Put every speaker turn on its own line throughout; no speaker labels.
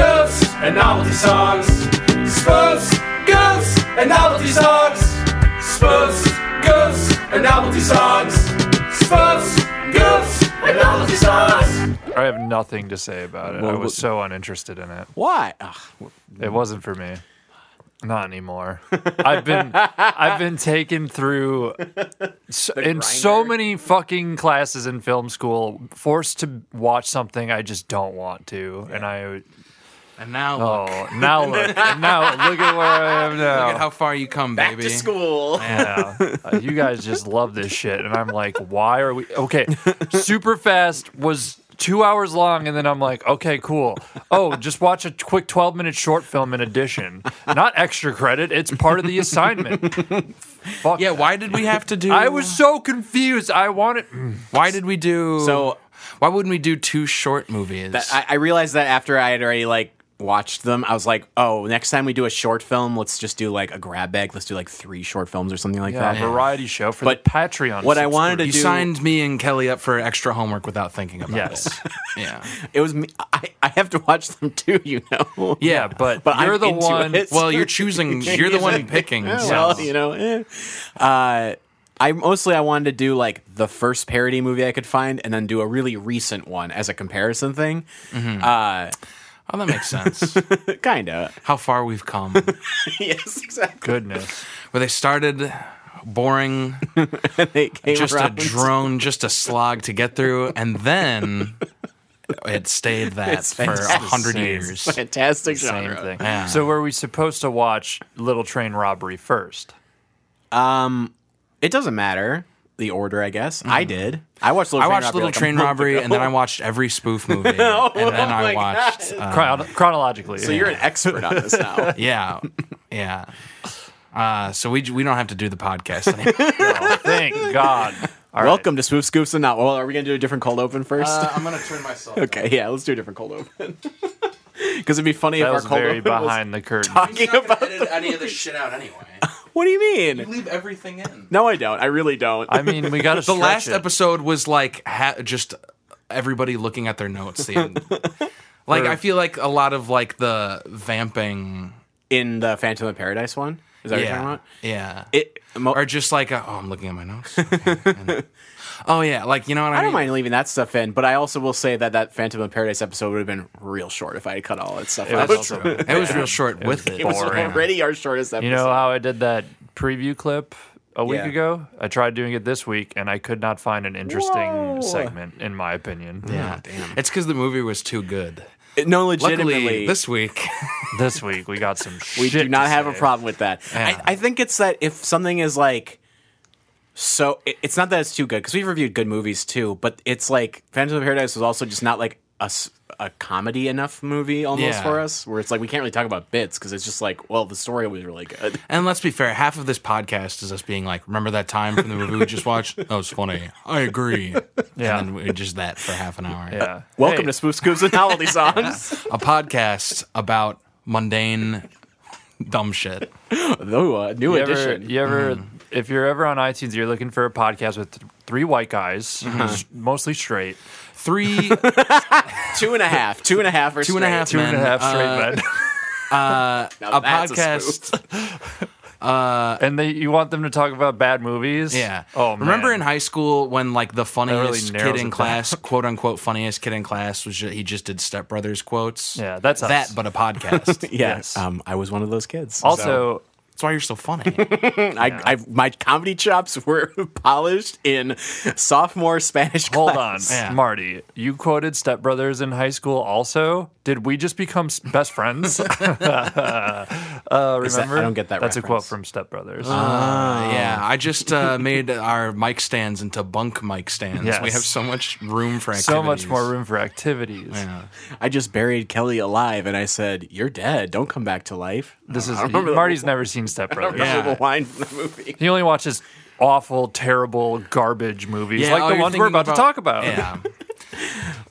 and novelty songs. Spurs, girls, and novelty songs. Spurs, girls, and novelty songs. Spurs, girls, and novelty songs.
I have nothing to say about it. I
Well,
was so uninterested in it.
Why? Ugh,
It wasn't for me. Not anymore. I've been I've been taken through s in so
grinder.
many fucking classes in film school, forced to watch something I just don't want to, and I
And now look,
oh now look and now look at where I am now.
look at how far you come,
back
baby.
to school.
Yeah. Uh, you guys just love this shit. And I'm like, why are we? Okay. Super Fast was two hours long. And then I'm like, okay, cool. Oh, just watch a quick 12 minute short film in addition. Not extra credit. It's part of the assignment. Fuck.
Yeah, why did we have to do?
I was so confused. I wanted. mm,
Why did we do?
So-
why wouldn't we do two short movies?
That- I, I realized that after I had already like watched them, I was like, oh, next time we do a short film, let's just do like a grab bag. Let's do like three short films or something like
Yeah,
that.
a variety show for
But
the Patreon.
what I wanted to
you
do,
signed me and Kelly up for extra homework without thinking about
Yes.
it. Yes. Yeah.
it was me. I, I have to watch them too, you know.
Yeah, but,
But
you're
I'm
the
into
one.
it.
Well, you're choosing. You're the one picking. so-
well, you know. eh. Uh, I mostly I wanted to do like the first parody movie I could find, and then do a really recent one as a comparison thing.
Oh, that makes sense.
kind of.
How far we've come. Where
yes, exactly.
Goodness.
they started boring,
They came
just a
around.
drone, just a slog to get through, and then it stayed that
It's
for a
fantastic.
hundred
It's
years.
Fantastic
Same
genre.
thing.
Yeah.
So, were we supposed to watch Little Train Robbery first?
It doesn't matter the order, I guess. I did. I watched Little
Mm-hmm. I watched
Train Robbery
Little
like a
Train
month
Robbery,
ago. Oh
and then I watched every spoof movie, and then
my
I watched.
God.
uh,
Chron- chronologically.
So you're an expert on this now.
yeah, yeah. Uh, so we we don't have to do the podcast anymore.
Oh, thank God. All right.
Welcome to Swoop Scoops and Not. Well, are we gonna do a different cold open first?
I'm gonna turn myself.
okay, yeah, let's do a different cold open. Because it'd be funny
That
if our
was
cold
very
open
behind the curtain.
was talking about.
edit any of this shit out anyway.
What do you mean?
Leave everything in.
No, I don't. I really don't.
I mean, we got to
The last episode was like ha- just everybody looking at their notes. The end. like I feel like a lot of like the vamping.
in the Phantom of Paradise one. Is that what you're talking
Yeah,
about?
yeah.
It. mo-
or just like a, oh, I'm looking at my notes. Okay, and- oh yeah, like you know what I,
I don't
mean?
mind leaving that stuff in, but I also will say that that Phantom of Paradise episode would have been real short if I had cut all that stuff out.
That's true.
It was real short with it.
It was
boring.
already our shortest episode.
You know how I did that preview clip a week
Yeah.
ago? I tried doing it this week, and I could not find an interesting
Whoa.
segment, in my opinion.
yeah, damn. It's because the movie was too good.
no, legitimately,
Luckily, this week,
This week we got some. shit
we do not
to
have a
say.
problem with that.
Yeah.
I, I think it's that if something is like so, it, it's not that it's too good because we've reviewed good movies too, but it's like Phantom of Paradise was also just not like a, s- a comedy enough movie almost
Yeah.
for us, where it's like we can't really talk about bits because it's just like, well, the story was really good.
and let's be fair, half of this podcast is us being like, "Remember that time from the movie we just watched? That was funny. I agree."
Yeah.
and then we just that for half an hour.
Yeah.
Welcome
Hey,
to Spoof Scoops and Holiday Songs.
A podcast about mundane, dumb shit.
Ooh, uh, new
You ever,
edition.
you ever if you're ever on iTunes, you're looking for a podcast with th- three white guys,
Mm-hmm.
s- mostly straight,
Three,
Two and a half. Two and a half or
Two and a half
two and a
Men,
half
uh,
straight
a podcast.
men, and they, you want them to talk about bad movies.
Yeah.
Oh,
remember
man.
in high school when like the funniest
narrows
kid
it down.
in class, quote unquote, funniest kid in class was just, he just did Step Brothers quotes.
Yeah, that's us.
that, but a podcast.
Yes.
Yes.
Um, I was one of those kids.
Also,
So,
that's why you're so funny.
I, I, my comedy chops were polished in sophomore Spanish
Hold on,
class.
Yeah.
Marty. You quoted Step Brothers in high school. Also, did we just become s- best friends? uh, remember?
I don't get that
That's a quote
reference. Oh,
from Step Brothers. Um,
yeah, I just uh, made our mic stands into bunk mic stands.
Yes.
We have so much room for activities.
so much more room for activities.
Yeah.
I just buried Kelly alive, and I said, "You're dead. Don't come back to life."
This is
I remember the-
Marty's never seen Step Brothers.
Yeah.
Remember the line from the movie.
He only watches awful, terrible, garbage movies
Yeah,
like
oh,
the
you're
ones we're
thinking
about, to talk about.
Yeah.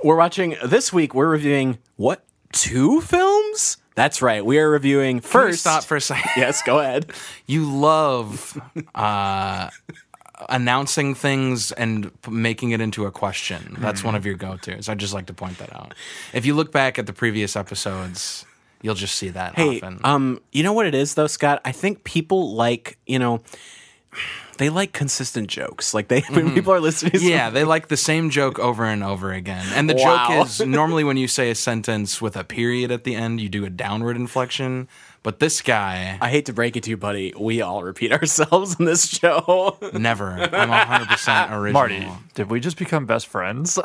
We're watching this week. We're reviewing what two films? That's right. We are reviewing
First,
first.
stop for a second.
yes, go ahead.
You love uh, announcing things and p- making it into a question. That's one of your go tos. I just like to point that out. If you look back at the previous episodes, You'll just see that
Hey,
often.
uh,
um, you know what it is though, Scott? I think people like, you know, they like consistent jokes. Like they when people are listening. to
Mm-hmm. yeah, they like the same joke over and over again. And the
Wow.
joke is normally when you say a sentence with a period at the end, you do a downward inflection. But this guy,
I hate to break it to you, buddy. We all repeat ourselves in this show.
never. I'm 100% original.
Marty, did we just become best friends?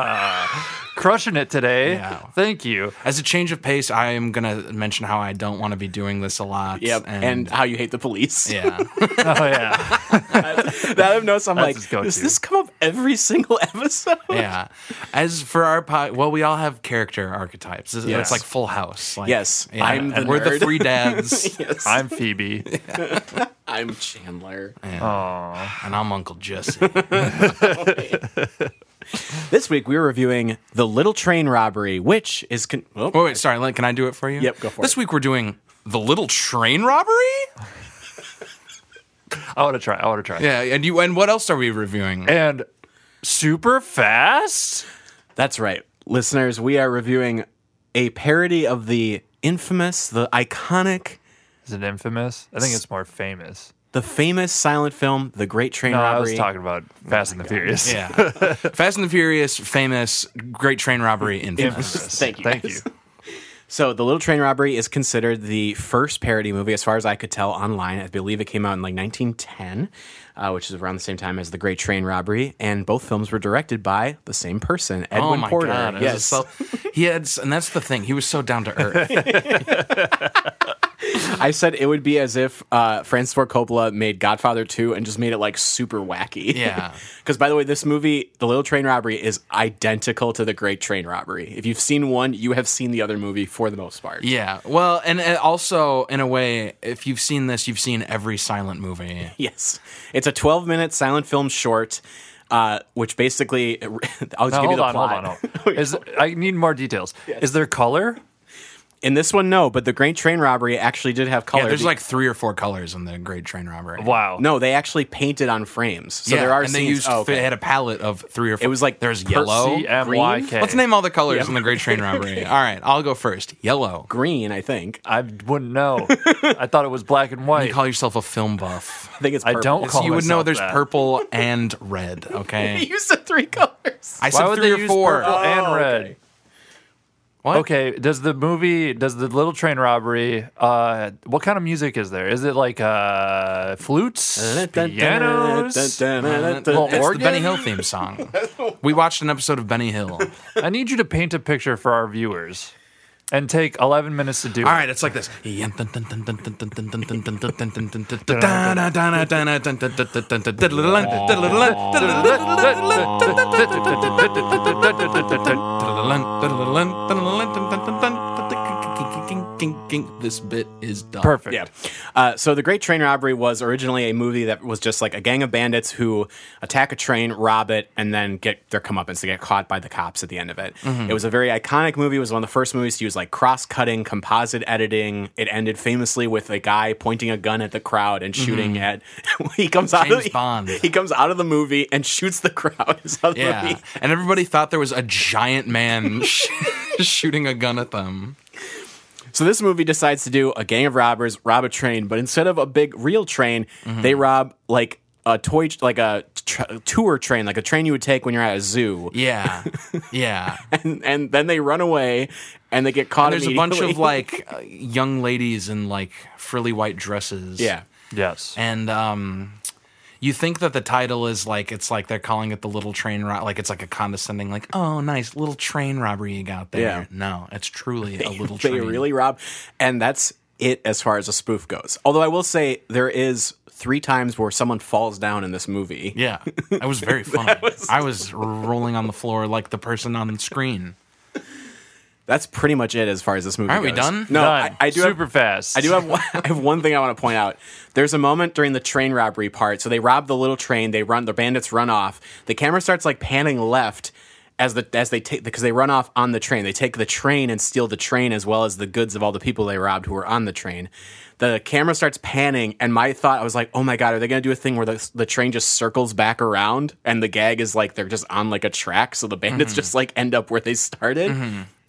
Crushing it today.
Yeah.
Thank you.
As a change of pace, I am going to mention how I don't want to be doing this a lot.
yep. And, how you hate the police.
yeah.
Oh yeah.
that I've noticed. I'm like,
his go-to.
does this come up every single episode?
yeah. As for our pod, well, we all have character archetypes. It's, it's
Yes.
like Full House. Like,
Yes,
yeah,
I'm the
we're the
nerd.
three dads,
yes.
I'm Phoebe.
I'm Chandler.
and I'm Uncle Jesse.
This week we were reviewing the Little Train Robbery, which is con- oh,
Oh, wait, sorry, Lynn, can I do it for you?
Yep, go for
this
it.
This week we're doing the Little Train Robbery.
I want to try. I want to try.
Yeah, and you and what else are we reviewing?
And super fast.
that's right, listeners. We are reviewing a parody of the infamous, the iconic,
Is it infamous? I think it's more famous.
the famous silent film, The Great Train
No, I
Robbery.
was talking about Fast and the Furious.
Yeah, Fast and the Furious, famous, Great Train Robbery, infamous.
Infamous.
Thank you,
Thank you.
guys. So, The Little Train Robbery is considered the first parody movie, as far as I could tell online. I believe it came out in like 1910, uh, which is around the same time as The Great Train Robbery. And both films were directed by the same person, Edwin
Oh my
Porter.
god! it was
yes.
so- he had, s- and that's the thing. He was so down to earth.
I said it would be as if uh, Francis Ford Coppola made Godfather 2 and just made it like super wacky.
Yeah.
Because, by the way, this movie, The Little Train Robbery, is identical to The Great Train Robbery. If you've seen one, you have seen the other movie for the most part.
Yeah. Well, and uh, also in a way, if you've seen this, you've seen every silent movie.
Yes. It's a 12 minute silent film short, uh, which basically, I'll just
Now,
give you
hold
the
on, hold on,
plot.
hold on. Is, I need more details. Is there color?
In this one, no, but The Great Train Robbery actually did have color.
Yeah, there's
Be-
like three or four colors in the Great Train Robbery.
Wow.
no, they actually painted on frames. So
yeah,
there are
and
scenes.
they used
oh,
they
okay.
had a palette of three or four.
It was like
there's
per-
yellow,
C M Y
green?
K.
Let's name all the colors in the Great Train Robbery. All right, I'll go first. Yellow.
green, I think.
I wouldn't know. I thought it was black and white.
You call yourself a film buff.
I think it's
I
purple.
don't
It's-
call
you would know
myself
there's
that.
purple and red. Okay,
used the three colors.
I
Why
said
would
three
they
or
use
four.
purple and
Oh,
red?
okay.
What?
Okay, does the movie does the little train robbery uh what kind of music is there? Is it like uh flutes, pianos?
It's
Little
Little
the
organ?
Benny Hill theme song. We watched an episode of Benny Hill. All
I need you to paint a picture for our viewers and take 11 minutes to do it.
right, it's like this. This bit is done.
Perfect.
Yeah. Uh, so the Great Train Robbery was originally a movie that was just like a gang of bandits who attack a train, rob it, and then get their comeuppance. They get caught by the cops at the end of it.
Mm-hmm.
It was a very iconic movie. It was one of the first movies to use like cross-cutting, composite editing. It ended famously with a guy pointing a gun at the crowd and shooting at. he comes out of
Mm-hmm. James
the,
Bond.
He comes out of the movie and shoots the crowd. Is how the
Yeah,
movie-
and everybody thought there was a giant man sh- shooting a gun at them.
So this movie decides to do a gang of robbers rob a train, but instead of a big real train, they
Mm-hmm.
rob like a toy, like a tr- tour train, like a train you would take when you're at a zoo,
Yeah, yeah.
and, and then they run away and they get caught.
There's a bunch of
immediately.
like uh, young ladies in like frilly white dresses.
yeah,
Yes.
and um, you think that the title is like it's like they're calling it the little train rob, like it's like a condescending, like oh nice little train robbery you got there.
Yeah.
No, it's truly a little
they
train.
really rob, and that's it as far as a spoof goes. Although I will say there is three times where someone falls down in this movie.
yeah, that was very funny. I was rolling on the floor like the person on the screen.
That's pretty much it as far as this movie.
Aren't we
goes.
done?
No,
Done.
I, I do have-
super fast.
I do have one, I have one thing I want to point out. There's a moment during the train robbery part. So they rob the little train. They run. The bandits run off. The camera starts like panning left as the as they take because they run off on the train. They take the train and steal the train as well as the goods of all the people they robbed who were on the train. The camera starts panning, and my thought I was like, "Oh my god, are they going to do a thing where the the train just circles back around?" And the gag is like they're just on like a track, so the bandits just like end up where they started.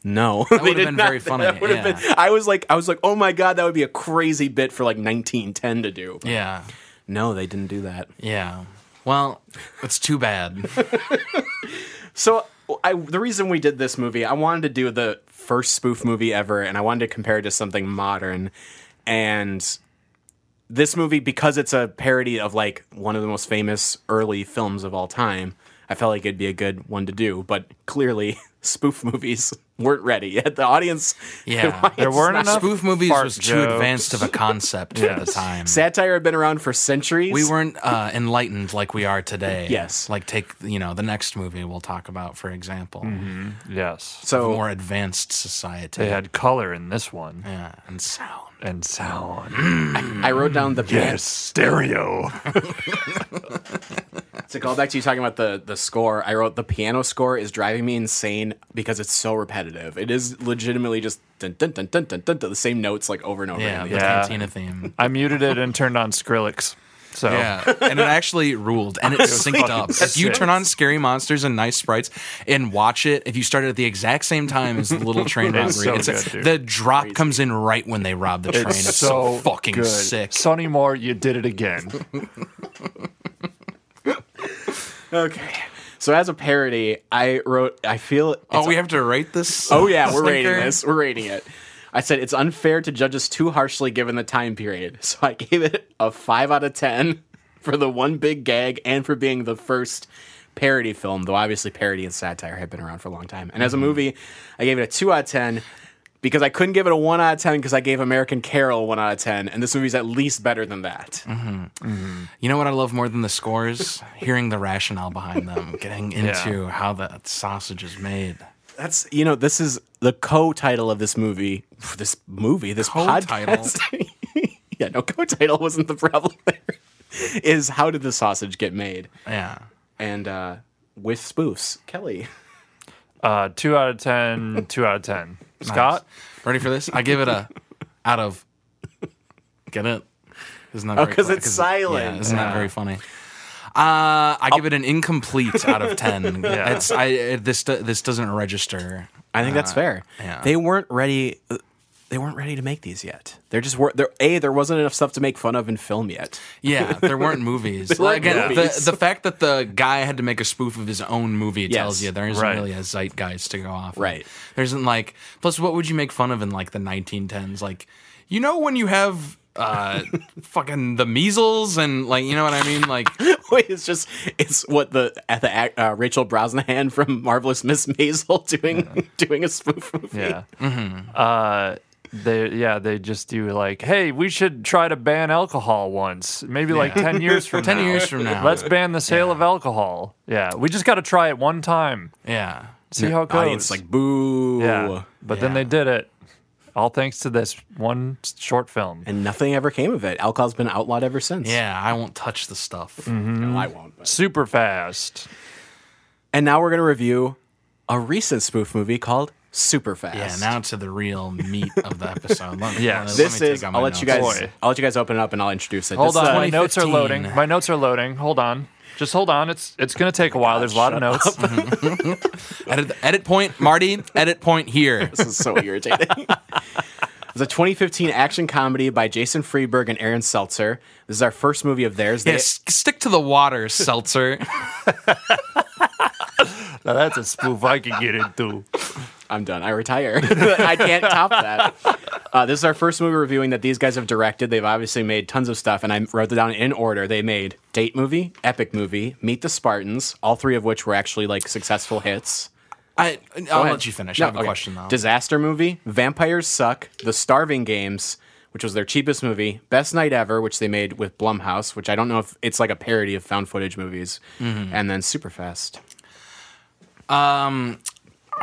No,
That would have been very funny.
That would've
yeah.
been- I was like, I was like, oh my god, that would be a crazy bit for like 1910 to do.
yeah.
No, they didn't do that.
Yeah. Well, it's too bad.
So I, the reason we did this movie, I wanted to do the first spoof movie ever, and I wanted to compare it to something modern. And this movie, because it's a parody of like one of the most famous early films of all time, I felt like it'd be a good one to do. But clearly, spoof movies weren't ready yet. The audience,
Yeah.
the
There
audience-
weren't enough
Spoof movies
fart
was too
jokes.
advanced of a concept at the
Yes.
time.
satire had been around for centuries.
We weren't uh, enlightened like we are today.
Yes.
Like take you know the next movie we'll talk about for example,
Yes.
a
so
more advanced society.
They had color in this one
Yeah, and sound.
and sound.
I wrote down the
stereo.
To go back to you talking about the the score, I wrote the piano score is driving me insane because it's so repetitive. It is legitimately just dun, dun, dun, dun, dun, dun, dun, the same notes like over and over.
Yeah, the
again.
Yeah. Oh.
cantina theme.
I muted it and turned on Skrillex. So
Yeah, and it actually ruled, and it synced
fucking
up. If you
sick.
turn on Scary Monsters and Nice Sprites and watch it, if you start at the exact same time as the Little Train Robbery,
It's so
it's
good, dude.
the drop comes in right when they rob the train. It's, so, fucking
good.
sick.
Sonny Moore, you did it again.
Okay. So as a parody, I wrote. I feel. it's-
oh, we have to rate this.
oh yeah, we're rating
stinker?
this. We're rating it. I said it's unfair to judge us too harshly given the time period. So I gave it a five out of ten for the one big gag and for being the first parody film. Though obviously parody and satire have been around for a long time. And as a movie, I gave it a two out of ten. Because I couldn't give it a one out of ten because I gave American Carol a one out of ten, and this movie's at least better than that.
You know what I love more than the scores? Hearing the rationale behind them, getting into how the sausage is made.
That's you know, this is the co-title of this movie. This movie, this
Co-title?
podcast. yeah, no, co-title wasn't the problem. There is how did the sausage get made?
Yeah.
And uh, with spoofs, Kelly.
Uh, two out of ten. Two out of ten. Scott,
Ready for this? I give it a out of. Get it? Isn't that very
Oh, 'cause
fu-
it's silent.
yeah, isn't that very funny? Uh, I give it an incomplete out of ten. It's I it, this do- this doesn't register.
I think that's fair.
yeah.
They weren't ready. They weren't ready to make these yet. There just were. There, a there wasn't enough stuff to make fun of and film yet.
Yeah, there weren't movies.
weren't
Like, again,
movies.
The, the fact that the guy had to make a spoof of his own movie tells
Yes.
you there isn't
Right.
really a zeitgeist to go off. of.
Right.
There isn't like. Plus, what would you make fun of in like the 1910s? Like, you know when you have uh fucking the measles and like you know what I mean? Like
Wait, it's just it's what the at the act- uh, Rachel Brosnahan from Marvelous Miss Maisel doing doing a spoof movie.
yeah. Uh, they yeah they just do like, hey, we should try to ban alcohol once, maybe like
Yeah.
ten years from
10
now.
years from now.
Let's ban the sale of alcohol. Yeah, we just got to try it one time.
yeah.
See how it goes.
audience like boo
yeah, but then
Yeah.
they did it. All thanks to this one s- short film.
and nothing ever came of it alcohol's been outlawed ever since
Yeah, Mm-hmm. I won't touch the stuff.
No, i won't but-
Super fast.
and now we're going to review a recent spoof movie called super
Yeah,
fast
now to the real meat of the episode. Let me,
Yes.
let me
this
take
is
out
i'll
my
let you guys
notes.
Boy.
i'll let you guys open it up and i'll introduce it
Hold
This uh, is
on,
a-
uh, my notes are
2015.
loading. My notes are loading. Hold on. Just hold on. It's it's gonna take a while. There's a lot of notes.
Edit, edit point, Marty. Edit point here.
this is so irritating It's a 2015 action comedy by Jason Freeberg and Aaron Seltzer. This is our first movie of theirs. They-
Yeah, s- stick to the water, seltzer.
Now that's a spoof I can get into.
I'm done. I retire. I can't top that. Uh, this is our first movie reviewing that these guys have directed. They've obviously made tons of stuff, and I wrote them down in order. They made Date Movie, Epic Movie, Meet the Spartans, all three of which were actually like successful hits.
I, I'll
ahead.
let you finish.
No,
I have a
okay.
question though.
Disaster Movie, Vampires Suck, The Starving Games, which was their cheapest movie, Best Night Ever, which they made with Blumhouse, which I don't know if it's like a parody of found footage movies,
Mm-hmm.
and then Superfast.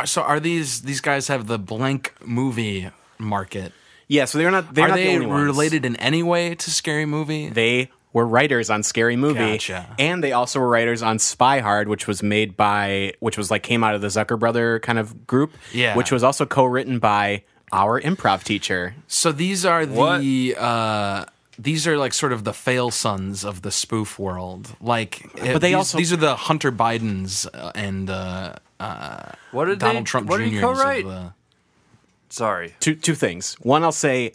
so are these these guys have the blank movie market?
Yeah, so they're not. They're
are
not the
they
only ones.
related in any way to Scary Movie?
they were writers on Scary Movie,
Gotcha.
and they also were writers on Spy Hard, which was made by, which was like came out of the Zucker brother kind of group,
Yeah.
which was also co-written by our improv teacher.
so these are
What?
the. Uh, these are like sort of the fail sons of the spoof world. Like, but
they
these,
also-
these are the Hunter Bidens uh, and uh,
What did they,
Donald Trump
what
Jr.
Did he co-write?
The,
Sorry.
two two things. One, I'll say,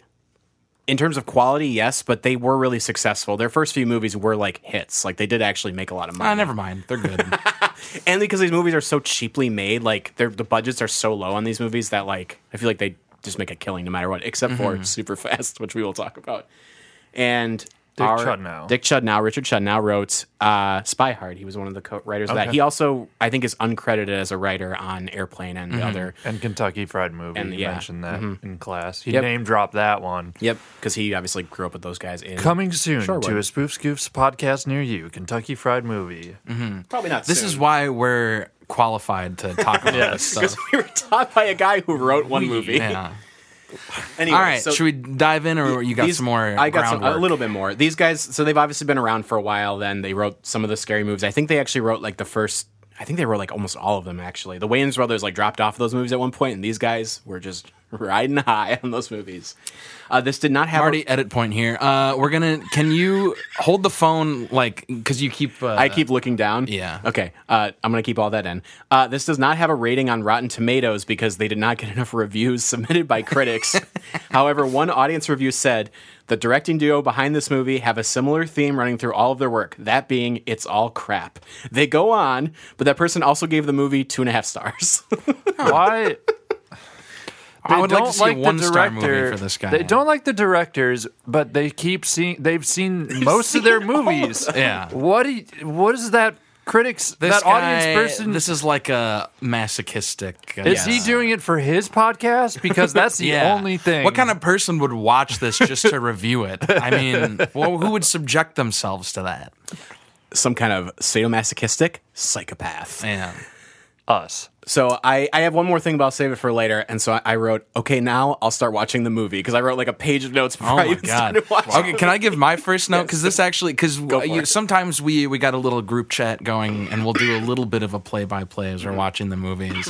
in terms of quality, yes, but they were really successful. Their first few movies were like hits. Like they did actually make a lot of money.
Ah, never mind. They're good.
And because these movies are so cheaply made, like their the budgets are so low on these movies that like I feel like they just make a killing no matter what, except for
Mm-hmm.
Super Fast, which we will talk about. And Dick
Chudnow.
Dick Chudnow, Richard Chudnow wrote uh, Spy Hard. He was one of the co-writers of that.
Okay.
He also, I think, is uncredited as a writer on Airplane and
Mm-hmm.
the other.
And Kentucky Fried Movie.
And,
you
yeah.
mentioned that in class. He
Yep.
name dropped that one.
Yep, because he obviously grew up with those guys. In
Coming soon
Sure
to
would.
a Spoof Scoops podcast near you, Kentucky Fried Movie.
probably not.
this is why we're qualified to talk about this
because
stuff.
we were taught by a guy who wrote one movie.
Yeah.
Anyway,
All right.
so-
should we dive in, or you got
These-
some more?
I got some, uh,
groundwork?
a little bit more. These guys, so they've obviously been around for a while. Then they wrote some of the scary movies. I think they actually wrote like the first. I think they wrote like almost all of them actually. The Wayans brothers like dropped off those movies at one point, and these guys were just riding high on those movies. Uh, this did not have. a-
Marty, edit point here. Uh, we're gonna. Can you hold the phone like because you keep? Uh,
I keep looking down.
Yeah.
Okay. Uh, I'm going to keep all that in. Uh, this does not have a rating on Rotten Tomatoes because they did not get enough reviews submitted by critics. However, one audience review said the directing duo behind this movie have a similar theme running through all of their work, that being it's all crap. They go on, but that person also gave the movie two and a half stars.
Why?
I
They
would like to
don't
see a one star movie for this guy.
They don't like the directors, but they keep seeing. They've seen most of their movies.
Yeah.
What? Do you, what is that? Critics.
This
that
guy-
audience person.
This is like a masochistic. uh,
is he
yeah.
doing it for his podcast? Because that's the
Yeah.
only thing.
What kind of person would watch this just to review it? I mean, well, who would subject themselves to that?
Some kind of sadomasochistic psychopath.
Man.
us?
So I, I have one more thing, but I'll save it for later. And so I, I wrote, okay, now I'll start watching the movie because I wrote like a page of notes before
Oh
I
my
even
god!
started watching.
Okay, can I give my first note? Because this actually, because
for it.
sometimes we we got a little group chat going, and we'll do a little bit of a play by play as we're
Mm-hmm.
watching the movies.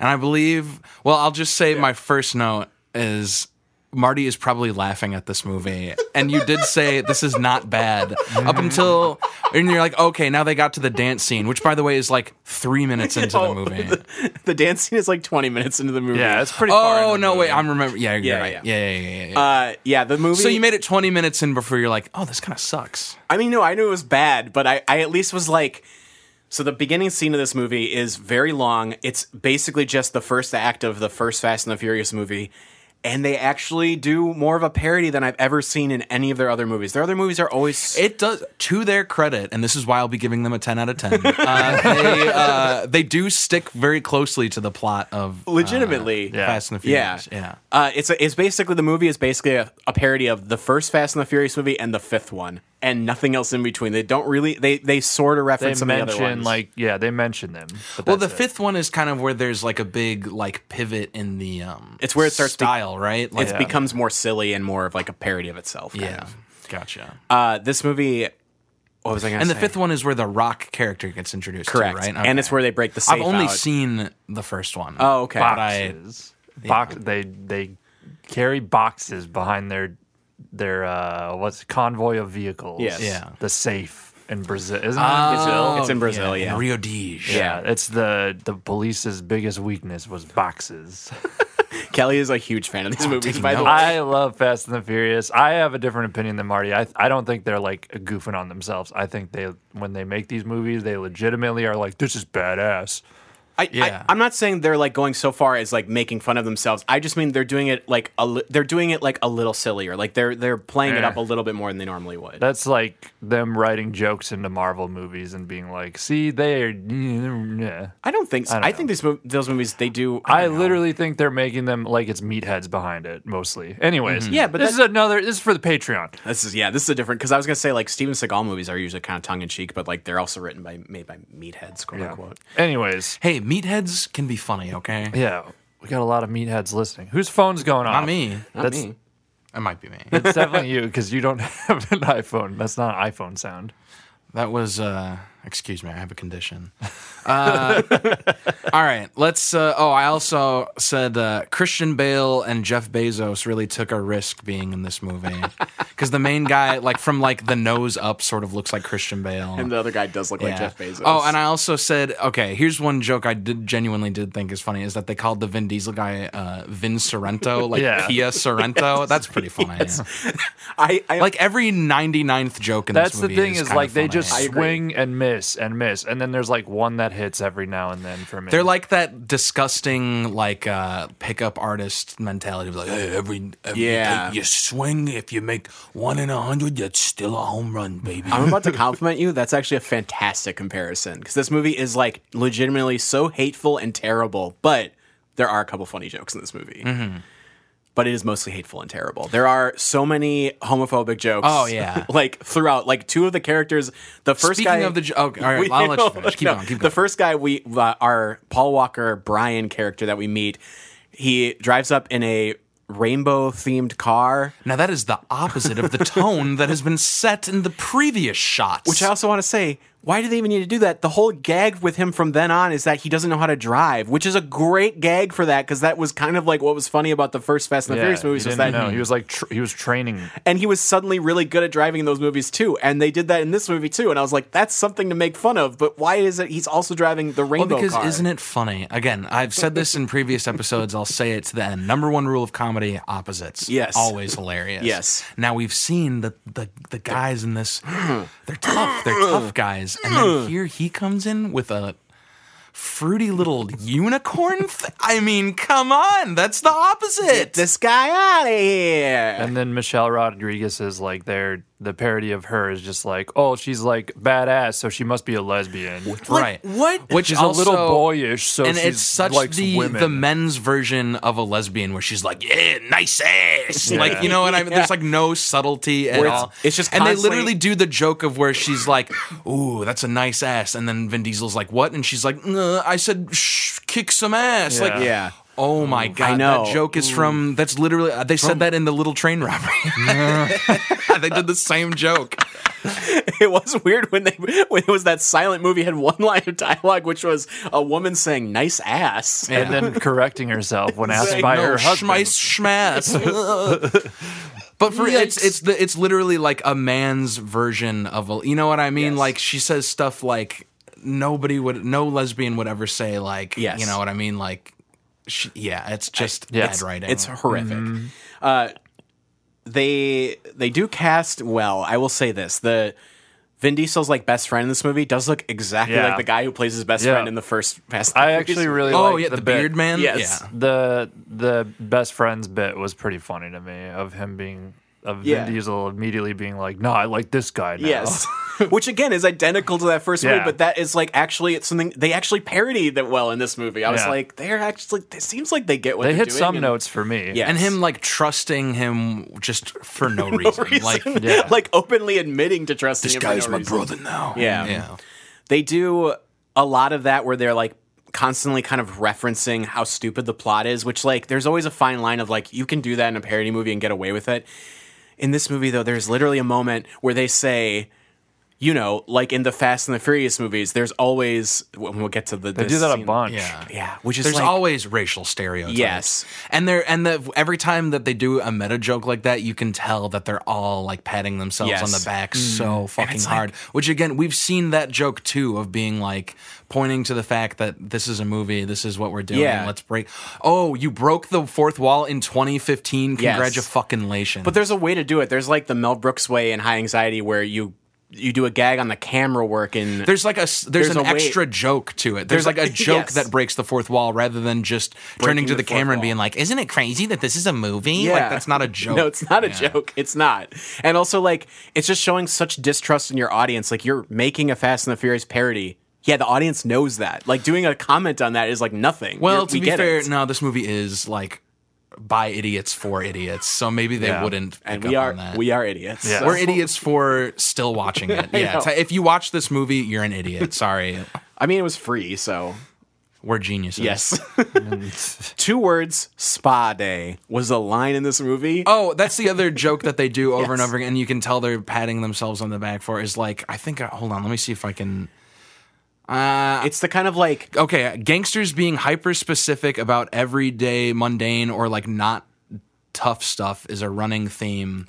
And I believe, well, I'll just say my first note is. Marty is probably laughing at this movie, and you did say this is not bad
Mm.
up until, and you're like, okay, now they got to the dance scene, which by the way is like three minutes into the
Oh.
movie.
the dance scene is like 20 minutes into the movie.
Yeah, it's pretty. far in
Oh
the
no,
movie.
wait, I'm remembering. Yeah, you're
Yeah,
right.
yeah.
Yeah, yeah, yeah, yeah. yeah.
Uh, yeah, the movie.
So you made it 20 minutes in before you're like, oh, this kind of sucks.
I mean, no, I knew it was bad, but I, I at least was like. So the beginning scene of this movie is very long. It's basically just the first act of the first Fast and the Furious movie. And they actually do more of a parody than I've ever seen in any of their other movies. Their other movies are always
It does, to their credit, and this is why I'll be giving them a 10 out of 10. Uh, they, uh, they do stick very closely to the plot of uh,
legitimately
Fast and the
Yeah,
Furious. Yeah.
Uh, it's a, it's basically the movie is basically a, a parody of the first Fast and the Furious movie and the fifth one, and nothing else in between. They don't really they they sort of
They
reference some of the other
mention
ones.
like yeah, they mention them. but
Well, the
that's it.
fifth one is kind of where there's like a big like pivot in the um.
It's where it starts be-
style, right? Like,
it
yeah.
becomes more silly and more of like a parody of itself. kind
yeah,
of.
gotcha.
Uh, this movie. What was I going to
and
say?
the fifth one is where the Rock character gets introduced, to,
correct,
right?
and it's
Okay.
where they break the safe
I've only
out.
seen the first one.
Oh, okay.
But I,
boxes. Box. They they carry boxes behind their their uh what's convoy of vehicles.
Yes.
Yeah.
The safe in Brazil. Isn't that in Brazil?
Oh,
It's in Brazil, Oh, yeah.
in Rio de Janeiro.
Uh, yeah. It's the the police's biggest weakness was boxes.
Kelly is a huge fan of these movies.
taking
By the
notes.
way,
I love Fast and the Furious. I have a different opinion than Marty. I I don't think they're like goofing on themselves. I think they when they make these movies, they legitimately are like this is badass.
I,
Yeah.
I, I'm not saying they're like going so far as like making fun of themselves. I just mean they're doing it like a li- they're doing it like a little sillier. Like they're they're playing it
Yeah.
Eh.
up a little bit more than they normally would.
That's like them writing jokes into Marvel movies and being like, "See, they're." yeah."
I don't think so.
don't
I, think these mov- those movies they do.
I
don't know.
literally think they're making them like it's meatheads behind it mostly. Anyways,
Mm-hmm. Yeah, but
this is
that-
another. This is for the Patreon.
this is yeah this is a different because I was gonna say like Steven Seagal movies are usually kind of tongue in cheek, but like they're also written by made by meatheads quote unquote.
Anyways,
Hey, meatheads can be funny, okay?
yeah, we got a lot of meatheads listening. Whose phone's going off?
Not me.
That's
me.
It might be me.
it's definitely you because you don't have an iPhone. That's not an iPhone sound.
That was uh Excuse me, I have a condition. Uh, all right, let's. Uh, oh, I also said uh, Christian Bale and Jeff Bezos really took a risk being in this movie because the main guy, like from like the nose up, sort of looks like Christian Bale.
And the other guy does look like
Yeah.
Jeff Bezos.
Oh, and I also said, okay, here's one joke I did genuinely did think is funny is that they called the Vin Diesel guy uh, Vin Sorrento, like
Yeah.
Kia Sorrento. That's pretty funny.
I, I
Like every 99th joke in
That's
this
the
movie
thing is,
kinda
like they
funny.
just
agree.
swing and miss and miss, and then there's like one that hits every now and then for me.
They're like that disgusting, like uh, pickup artist mentality of like "Hey, every, every
Yeah.
take you swing. If you make one in a hundred, that's still a home run, baby.
I'm about to compliment you. That's actually a fantastic comparison because this movie is like legitimately so hateful and terrible, but there are a couple funny jokes in this movie. But it is mostly hateful and terrible. There are so many homophobic jokes.
Oh, yeah.
like throughout. Like two of the characters. The first
Speaking
guy
of the jo- okay, all right, I'll let you finish. Keep
no,
going, keep
The
going.
first guy we uh, our Paul Walker Brian character that we meet. He drives up in a rainbow themed car.
Now that is the opposite of the tone that has been set in the previous shots.
Which I also want to say, why do they even need to do that? The whole gag with him from then on is that he doesn't know how to drive, which is a great gag for that because that was kind of like what was funny about the first Fast and the
yeah,
Furious
he
movies was
didn't
that,
know. he was like tr- he was training.
and he was suddenly really good at driving in those movies too, and they did that in this movie too, and I was like, that's something to make fun of, but why is it he's also driving the rainbow
Well, because
car?
isn't it funny? Again, I've said this in previous episodes. I'll say it to the end. Number one rule of comedy: opposites.
Yes.
always hilarious.
Yes.
Now we've seen that the the guys in this, they're tough. They're tough guys. And then here he comes in with a fruity little unicorn. Th- I mean, come on, that's the opposite.
this guy out of here?
And then Michelle Rodriguez is like there. The parody of her is just like, oh, she's like badass, so she must be a lesbian.
right?
what?
Which
She's
is
a
also,
little boyish, so
and
she's
it's such
likes
the
women.
the men's version of a lesbian where she's like, yeah, nice ass, like you know what I mean. There's like no subtlety at
Where it's-
all.
it's just
and
constantly-
they literally do the joke of where she's like, "Ooh, that's a nice ass," and then Vin Diesel's like, "What?" and she's like, "Nah, "I said, Shh, kick some ass." Like,
Yeah.
Oh my god,
know.
that joke is from that's literally uh, they said that in the Little Train Robbery. they did the same joke.
it was weird when they when it was that silent movie had one line of dialogue which was a woman saying nice ass.
and then correcting herself when asked
Saying,
by
no,
her husband.
Schmice, schmass. but for it's it's the it's literally like a man's version of a you know what I mean?
Yes.
Like she says stuff like nobody would no lesbian would ever say like
Yes.
you know what I mean? Like she, yeah, it's just
yeah.
bad
It's-
writing.
It's horrific.
Mm-hmm.
Uh, they they do cast well. I will say this: the Vin Diesel's like best friend in this movie does look exactly
Yeah.
like the guy who plays his best
Yeah.
friend in the first Fast. and
I
Furious
actually
movie.
really
oh
liked
yeah, the,
the bit.
beard man.
Yes.
Yeah.
the the best friends bit was pretty funny to me of him being of Vin
Yeah.
Diesel immediately being like, "No, I like this guy now."
yes. Which again is identical to that first movie,
Yeah.
but that is like actually it's something they actually parodied that well in this movie. I was
Yeah.
like, they're actually it seems like they get what
they
they're
hit
doing,
some
and-
notes for me.
Yeah.
And him like trusting him just for no, reason. Like
reason.
yeah.
like openly admitting to trusting
this
him for
guy's
no
my
reason.
brother now.
Yeah.
Yeah.
they do a lot of that where they're like constantly kind of referencing how stupid the plot is which like there's always a fine line of like you can do that in a parody movie and get away with it in this movie though there's literally a moment where they say you know like in the fast and the furious movies there's always when we'll get to the
they do that a bunch.
Yeah.
yeah which is
There's
like,
always racial stereotypes.
Yes.
and they're and the every time that they do a meta joke like that, you can tell that they're all like patting themselves
Yes. Mm.
on the back so fucking
it's like-
hard. Which again, we've seen that joke too of being like pointing to the fact that this is a movie, this is what we're doing.
Yeah.
Let's break. Oh, you broke the fourth wall in 2015.
Yes.
Congratulations.
But there's a way to do it. There's like the Mel Brooks way in High Anxiety where you you do a gag on the camera work and
there's like a s- there's,
There's
an
a way-
extra joke to it. There's,
There's
like
a-
a joke
yes.
that breaks the fourth wall rather than just
Breaking
turning to the,
the fourth
camera and
wall.
being like, "Isn't it crazy that this is a movie?
Yeah.
Like that's not a joke."
No, it's not a
Yeah.
joke. It's not. And also, like, it's just showing such distrust in your audience. Like, you're making a Fast and the Furious parody. Yeah, the audience knows that. Like, doing a comment on that is like nothing.
Well,
You're-
to
we
be
get
fair,
it.
no, this movie is like by idiots for idiots, so maybe they
Yeah.
wouldn't.
and
pick
we
up
are
on that.
we are idiots.
Yeah.
So-
We're idiots for still watching it. Yeah,
know.
it's- if you watch this movie, you're an idiot. Sorry,
I mean, it was free, so
we're geniuses.
yes. Two words: spa day was a line in this movie.
Oh, that's the other joke that they do over and
Yes.
uh, over again. You can tell they're patting themselves on the back for it, is like I think. Hold on, let me see if I can. Uh,
it's the kind of like
okay, gangsters being hyper specific about everyday mundane or like not tough stuff is a running theme.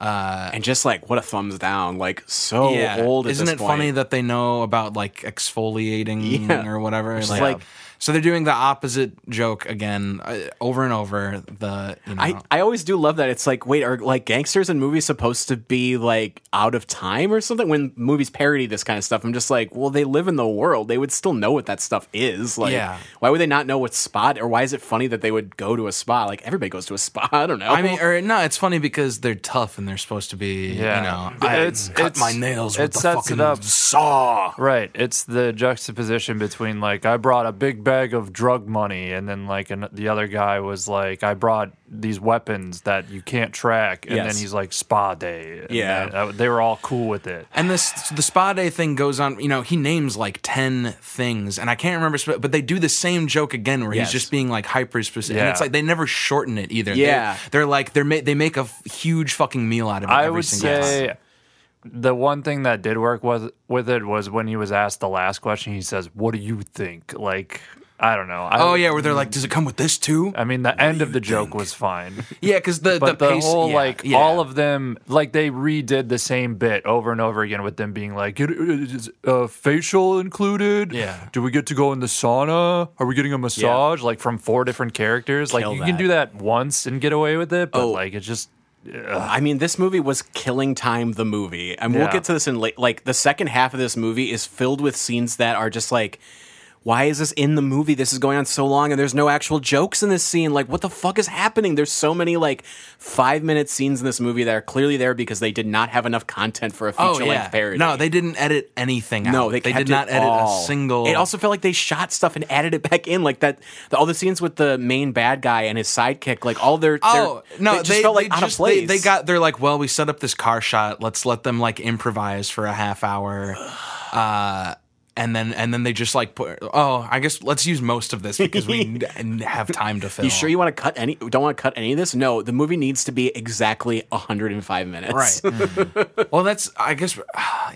and just like what a thumbs down, like so old. At
uh, Isn't
this
it
point.
funny that they know about like exfoliating
Yeah.
or whatever?
Just
Like,
like-
so they're doing the opposite joke again, uh, over and over. The you know,
I, I always do love that. It's like, wait, are like gangsters in movies supposed to be like out of time or something? When movies parody this kind of stuff, I'm just like, well, they live in the world. They would still know what that stuff is. Like,
Yeah.
why would they not know what spot or why is it funny that they would go to a spa? Like, everybody goes to a spa. I don't know.
I mean, or no, it's funny because they're tough and they're supposed to be,
Yeah.
you know, I
It's-
cut
it's-
my nails
it
with the
sets it
fucking
up.
saw.
Right. It's the juxtaposition between like I brought a big bag of drug money, and then like an, the other guy was like I brought these weapons that you can't track, and
Yes.
then he's like spa day. And
Yeah.
that- they were all cool with it.
And this the spa day thing goes on. You know, he names like ten things, and I can't remember, sp- but they do the same joke again, where
Yes.
he's just being like hyper specific, and
Yeah.
it's like they never shorten it either. They-
Yeah.
they're, like they're ma- they make a f- huge fucking meal out of it.
I
every
would
single time.
say the one thing that did work was with it was when he was asked the last question. He says, "What do you think?" Like I don't know. I,
oh yeah, where they're like, does it come with this too?
I mean, the end of the joke was fine.
Yeah, because the
Uh, but the,
the, pace-
whole
yeah,
like
yeah.
all of them like they redid the same bit over and over again with them being like "It- it- it's, uh, facial included
Yeah.
do we get to go in the sauna are we getting a massage like from four different characters
Kill
like you can
that.
do that once and get away with it but
Oh.
like it's just
I mean, this movie was killing time. The movie, and we'll
Yeah.
get to this in late. Like the second half of this movie is filled with scenes that are just like, why is this in the movie? This is going on so long, and there's no actual jokes in this scene. Like, what the fuck is happening? There's so many like five minute scenes in this movie that are clearly there because they did not have enough content for a feature
Oh
length
yeah,
parody.
no, they didn't edit anything. Out.
No, they, kept
did
it
not edit
all.
a single.
It also felt like they shot stuff and added it back in, like that. The, all the scenes with the main bad guy and his sidekick, like all their
Oh
their-
no!
they just felt like out of
just-
place.
They, they got they're like, well, we set up this car shot. Let's let them like improvise for a half hour, uh, and then and then they just like put. Oh, I guess let's use most of this because we n- n- have time to film.
You sure you want to cut any? Don't want to cut any of this? No, the movie needs to be exactly 105 minutes.
Right. well, that's. I guess.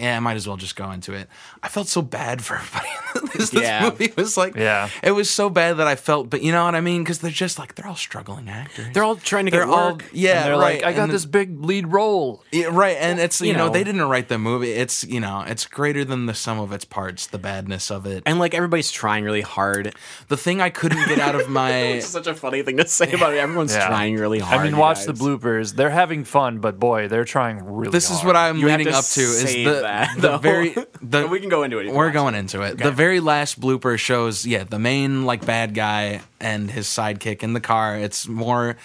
Yeah, I might as well just go into it. I felt so bad for everybody. this, this
Yeah.
movie was like.
Yeah.
It was so bad that I felt. But you know what I mean? Because they're just like they're all struggling actors.
They're all trying to get
They're all-
work.
yeah.
and they're
right.
like i got
and
this big lead role
Yeah, right, and it's you,
you
know,
know.
they didn't write the movie. It's you know it's greater than the sum of its parts. The badness of it.
and like everybody's trying really hard.
the thing I couldn't get out of my
It's such a funny thing to say about it. Everyone's
Yeah.
trying really hard.
i mean watch
you
the
guys.
bloopers they're having fun but boy they're trying really
this is
hard.
what I'm
You have
leading
to
up to is
save
the
that,
the
though.
very the
But we can go into it if you
We're
want.
going into it. The very last blooper shows yeah the main like bad guy and his sidekick in the car. It's more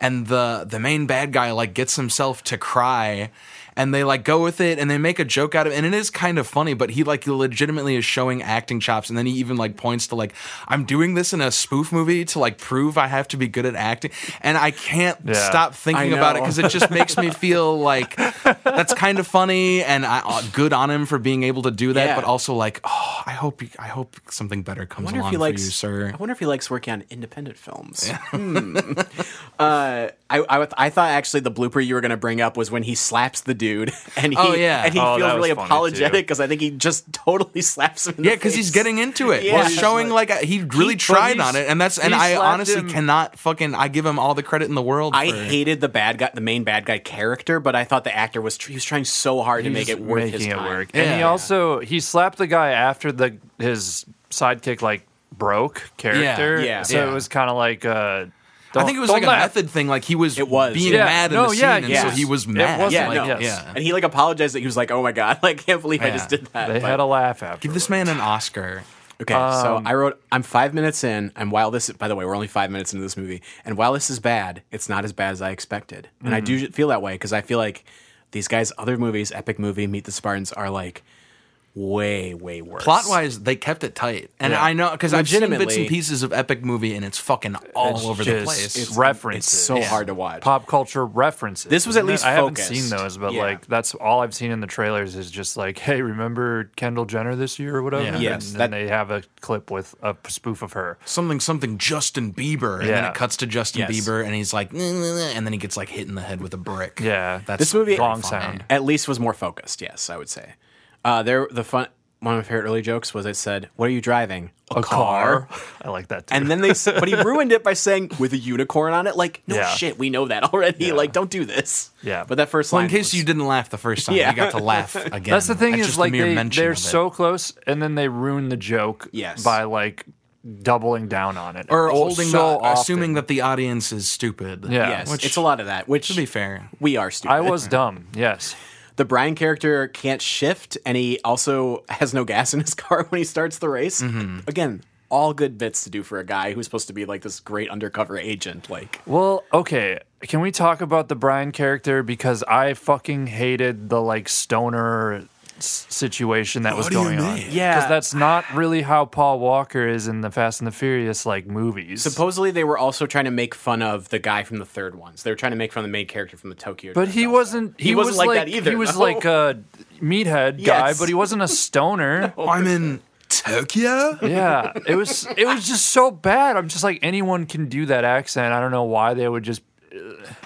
and the the main bad guy like gets himself to cry. And they like go with it, and they make a joke out of it, and it is kind of funny. But he like legitimately is showing acting chops, and then he even like points to like I'm doing this in a spoof movie to like prove I have to be good at acting, and I can't
Yeah.
stop thinking
I
about it
know.
because it just makes me feel like that's kind of funny and I, uh, good on him for being able to do that,
Yeah.
but also like, oh, I hope you, I hope something better comes
I wonder if
along
he likes.
for you, sir.
I wonder if he likes working on independent films. Hmm. Uh, I, I I thought actually the blooper you were going to bring up was when he slaps the dude, and he
Oh, yeah.
and he
Oh,
feels
that was
really
funny,
apologetic
too.
because I think he just totally slaps him. In
Yeah, because
because
he's getting into it.
Yeah.
He's showing like uh, he really
He- but
tried
he's-
on it, and that's and
he
I
slapped
honestly
him.
cannot fucking. I give him all the credit in the world.
I
for-
hated the bad guy, the main bad guy character, but I thought the actor was he was trying so hard to
He's
make it worth
making
his
it
time.
work.
Yeah.
And he also he slapped the guy after the his sidekick like broke character.
Yeah.
So
Yeah.
it was kind of like uh,
I think it was
don't
like
laugh.
a method thing. Like he was,
It was,
being
yeah.
mad in
No,
the scene,
yeah,
and
yeah.
so he was
It
mad.
wasn't
Yeah,
like,
no.
yes.
yeah.
And he like apologized that he was like, "Oh my god, like I can't believe I
Yeah.
just did that."
They
But-
had a um, laugh after.
Give this man an Oscar.
Okay, so I wrote, I'm five minutes in, and while this, by the way, we're only five minutes into this movie, and while this is bad, it's not as bad as I expected, and I do
Mm-hmm.
feel that way because I feel like these guys' other movies, Epic Movie, Meet the Spartans, are like way, way worse.
Plot wise, they kept it tight, and
Yeah.
I know because I've seen bits
Legitimately.
and pieces of epic movie, and it's fucking all
It's
over the
just-
place.
it's
it's
references.
so hard to watch.
Pop culture references.
This was at
isn't it?
least
I haven't
focused.
seen those, but
Yeah.
like that's all I've seen in the trailers is just like, hey, remember Kendall Jenner this year or whatever?
Yeah.
Yes,
and then
that-
they have a clip with a spoof of her.
something something Justin Bieber, and then
Yeah.
it cuts to Justin
Yes.
Bieber, and he's like, "Nah, nah, nah," and then he gets like hit in the head with a brick.
Yeah,
that's
This movie-
very
Wrong
funny.
sound.
at least was more focused. Yes, I would say. Uh, there, the fun. one of my favorite early jokes was it said, "What are you driving? A,
I like that too.
And then they, said, but he ruined it by saying with a unicorn on it. Like, no
Yeah.
shit, we know that already.
Yeah.
Like, don't do this.
Yeah.
But that first
Well,
line,
in case
was-
you didn't laugh the first time,
Yeah.
you got to laugh again.
That's the thing
That's
is
just
like
the mere
they,
mention
they're
of it.
so close, and then they ruin the joke
Yes.
by like doubling down on it
or
so
holding
so
the, uh, assuming
often.
that the audience is stupid.
Yeah.
yes,
which-
it's a lot of that. Which
To be fair,
we are stupid.
I was dumb. Yes,
the Brian character can't shift, and he also has no gas in his car when he starts the race.
Mm-hmm.
Again, all good bits to do for a guy who's supposed to be like this great undercover agent. Like,
Well, okay. Can we talk about the Brian character because I fucking hated the like stoner s- situation that was
do you
going on.
mean?
Yeah.
because that's not really how Paul Walker is in the Fast and the Furious like movies.
supposedly they were also trying to make fun of the guy from the third ones. they were trying to make fun of the main character from the Tokyo.
but
Drift
he
also.
wasn't. He,
He wasn't
was
like that either,
He was
no.
like a meathead guy,
Yes.
but he wasn't a stoner.
"Oh, I'm in Tokyo.
Yeah, it was. It was just so bad. I'm just like anyone can do that accent. I don't know why they would just.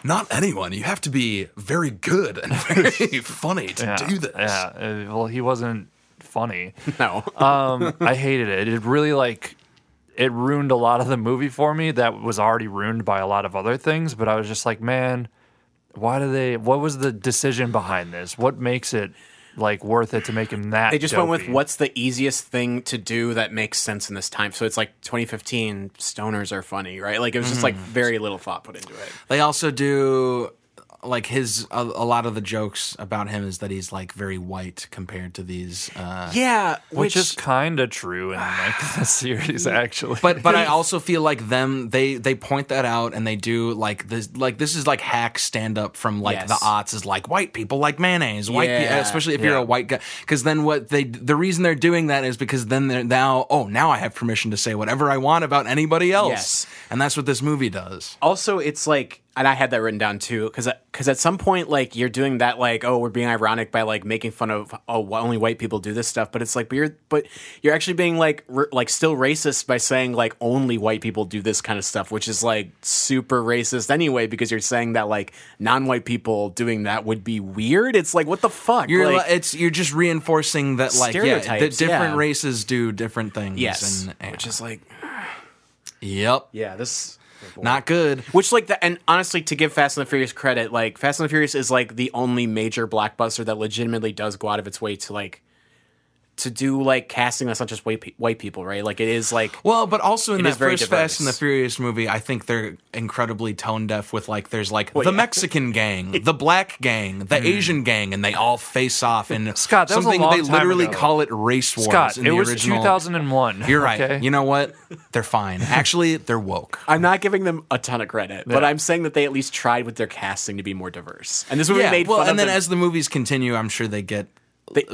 Not anyone. You have to be very good and very funny to
Yeah,
do this.
Yeah. uh, Well, he wasn't funny.
No.
Um, I hated it. It really like it ruined a lot of the movie for me. That was already ruined by a lot of other things. But I was just like, man, why do they? What was the decision behind this? What makes it like worth it to make him that?
They just went with
dopey?
what's the easiest thing to do that makes sense in this time. So it's like 2015, stoners are funny, right? Like it was just
Hmm.
like very little thought put into it.
They also do like his a, a lot of the jokes about him is that he's like very white compared to these. Uh,
Yeah,
Which, is kind of true in like the series, actually.
but but I also feel like them they they point that out and they do like this like this is like hack stand up from like
Yes.
the aughts is like white people like mayonnaise white pe-
Yeah.
especially if you're
Yeah.
a white guy because then what they the reason they're doing that is because then they're now oh now I have permission to say whatever I want about anybody else
Yes.
and that's what this movie does
also it's like, and I had that written down too, because because at some point like you're doing that like oh we're being ironic by like making fun of oh wh- only white people do this stuff, but it's like but you're but you're actually being like r like still racist by saying like only white people do this kind of stuff, which is like super racist anyway because you're saying that like non-white people doing that would be weird. It's like what the fuck?
you're
Like-
like, it's you're just reinforcing that like yeah that
Stereotypes,
different
yeah.
races do different things
Yes,
and, and-
which is like
yep
yeah, this
not good
which like the and honestly to give Fast and the Furious credit, like Fast and the Furious is like the only major blockbuster that legitimately does go out of its way to like to do like casting that's not just white pe- white people, right? Like it is like
Well, but also in
It is
that
very
first
diverse.
Fast and the Furious movie, I think they're incredibly tone deaf with like there's like the
yeah. Hmm.
Mexican gang, the black gang, the Asian gang, and they all face off in
Scott, that was a
something
long
they
time
literally
ago.
call it race wars.
Scott,
in
it
the
was
original.
2001.
You're right.
okay?
You know what? They're fine. Actually, they're woke.
I'm not giving them a ton of credit, but
Yeah.
I'm saying that they at least tried with their casting to be more diverse. And this movie
yeah.
made
well,
fun
and
of
then
them.
as the movies continue, I'm sure they get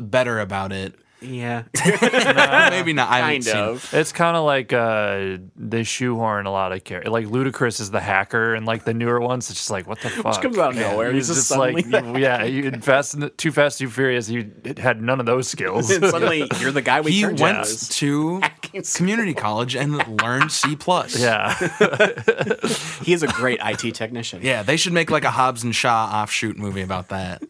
better about it.
yeah,
Maybe not. I haven't
kind
seen it.
of.
It's kind of like uh, they shoehorn a lot of characters. Like Ludacris is the hacker, and like the newer ones, it's just like what the fuck
comes out of
man?
nowhere.
He's
He's just
just like,
suddenly-
yeah, you in fast, and- too fast, too furious. You had none of those skills.
And suddenly you're the guy we
He
turned
went
out as.
to
Hacking school.
community college and learned C plus.
yeah,
He is a great IT technician.
Yeah, they should make like a Hobbs and Shaw offshoot movie about that.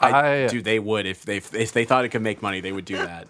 I,
I-
dude, they would if they if they thought it could make money, they would do that.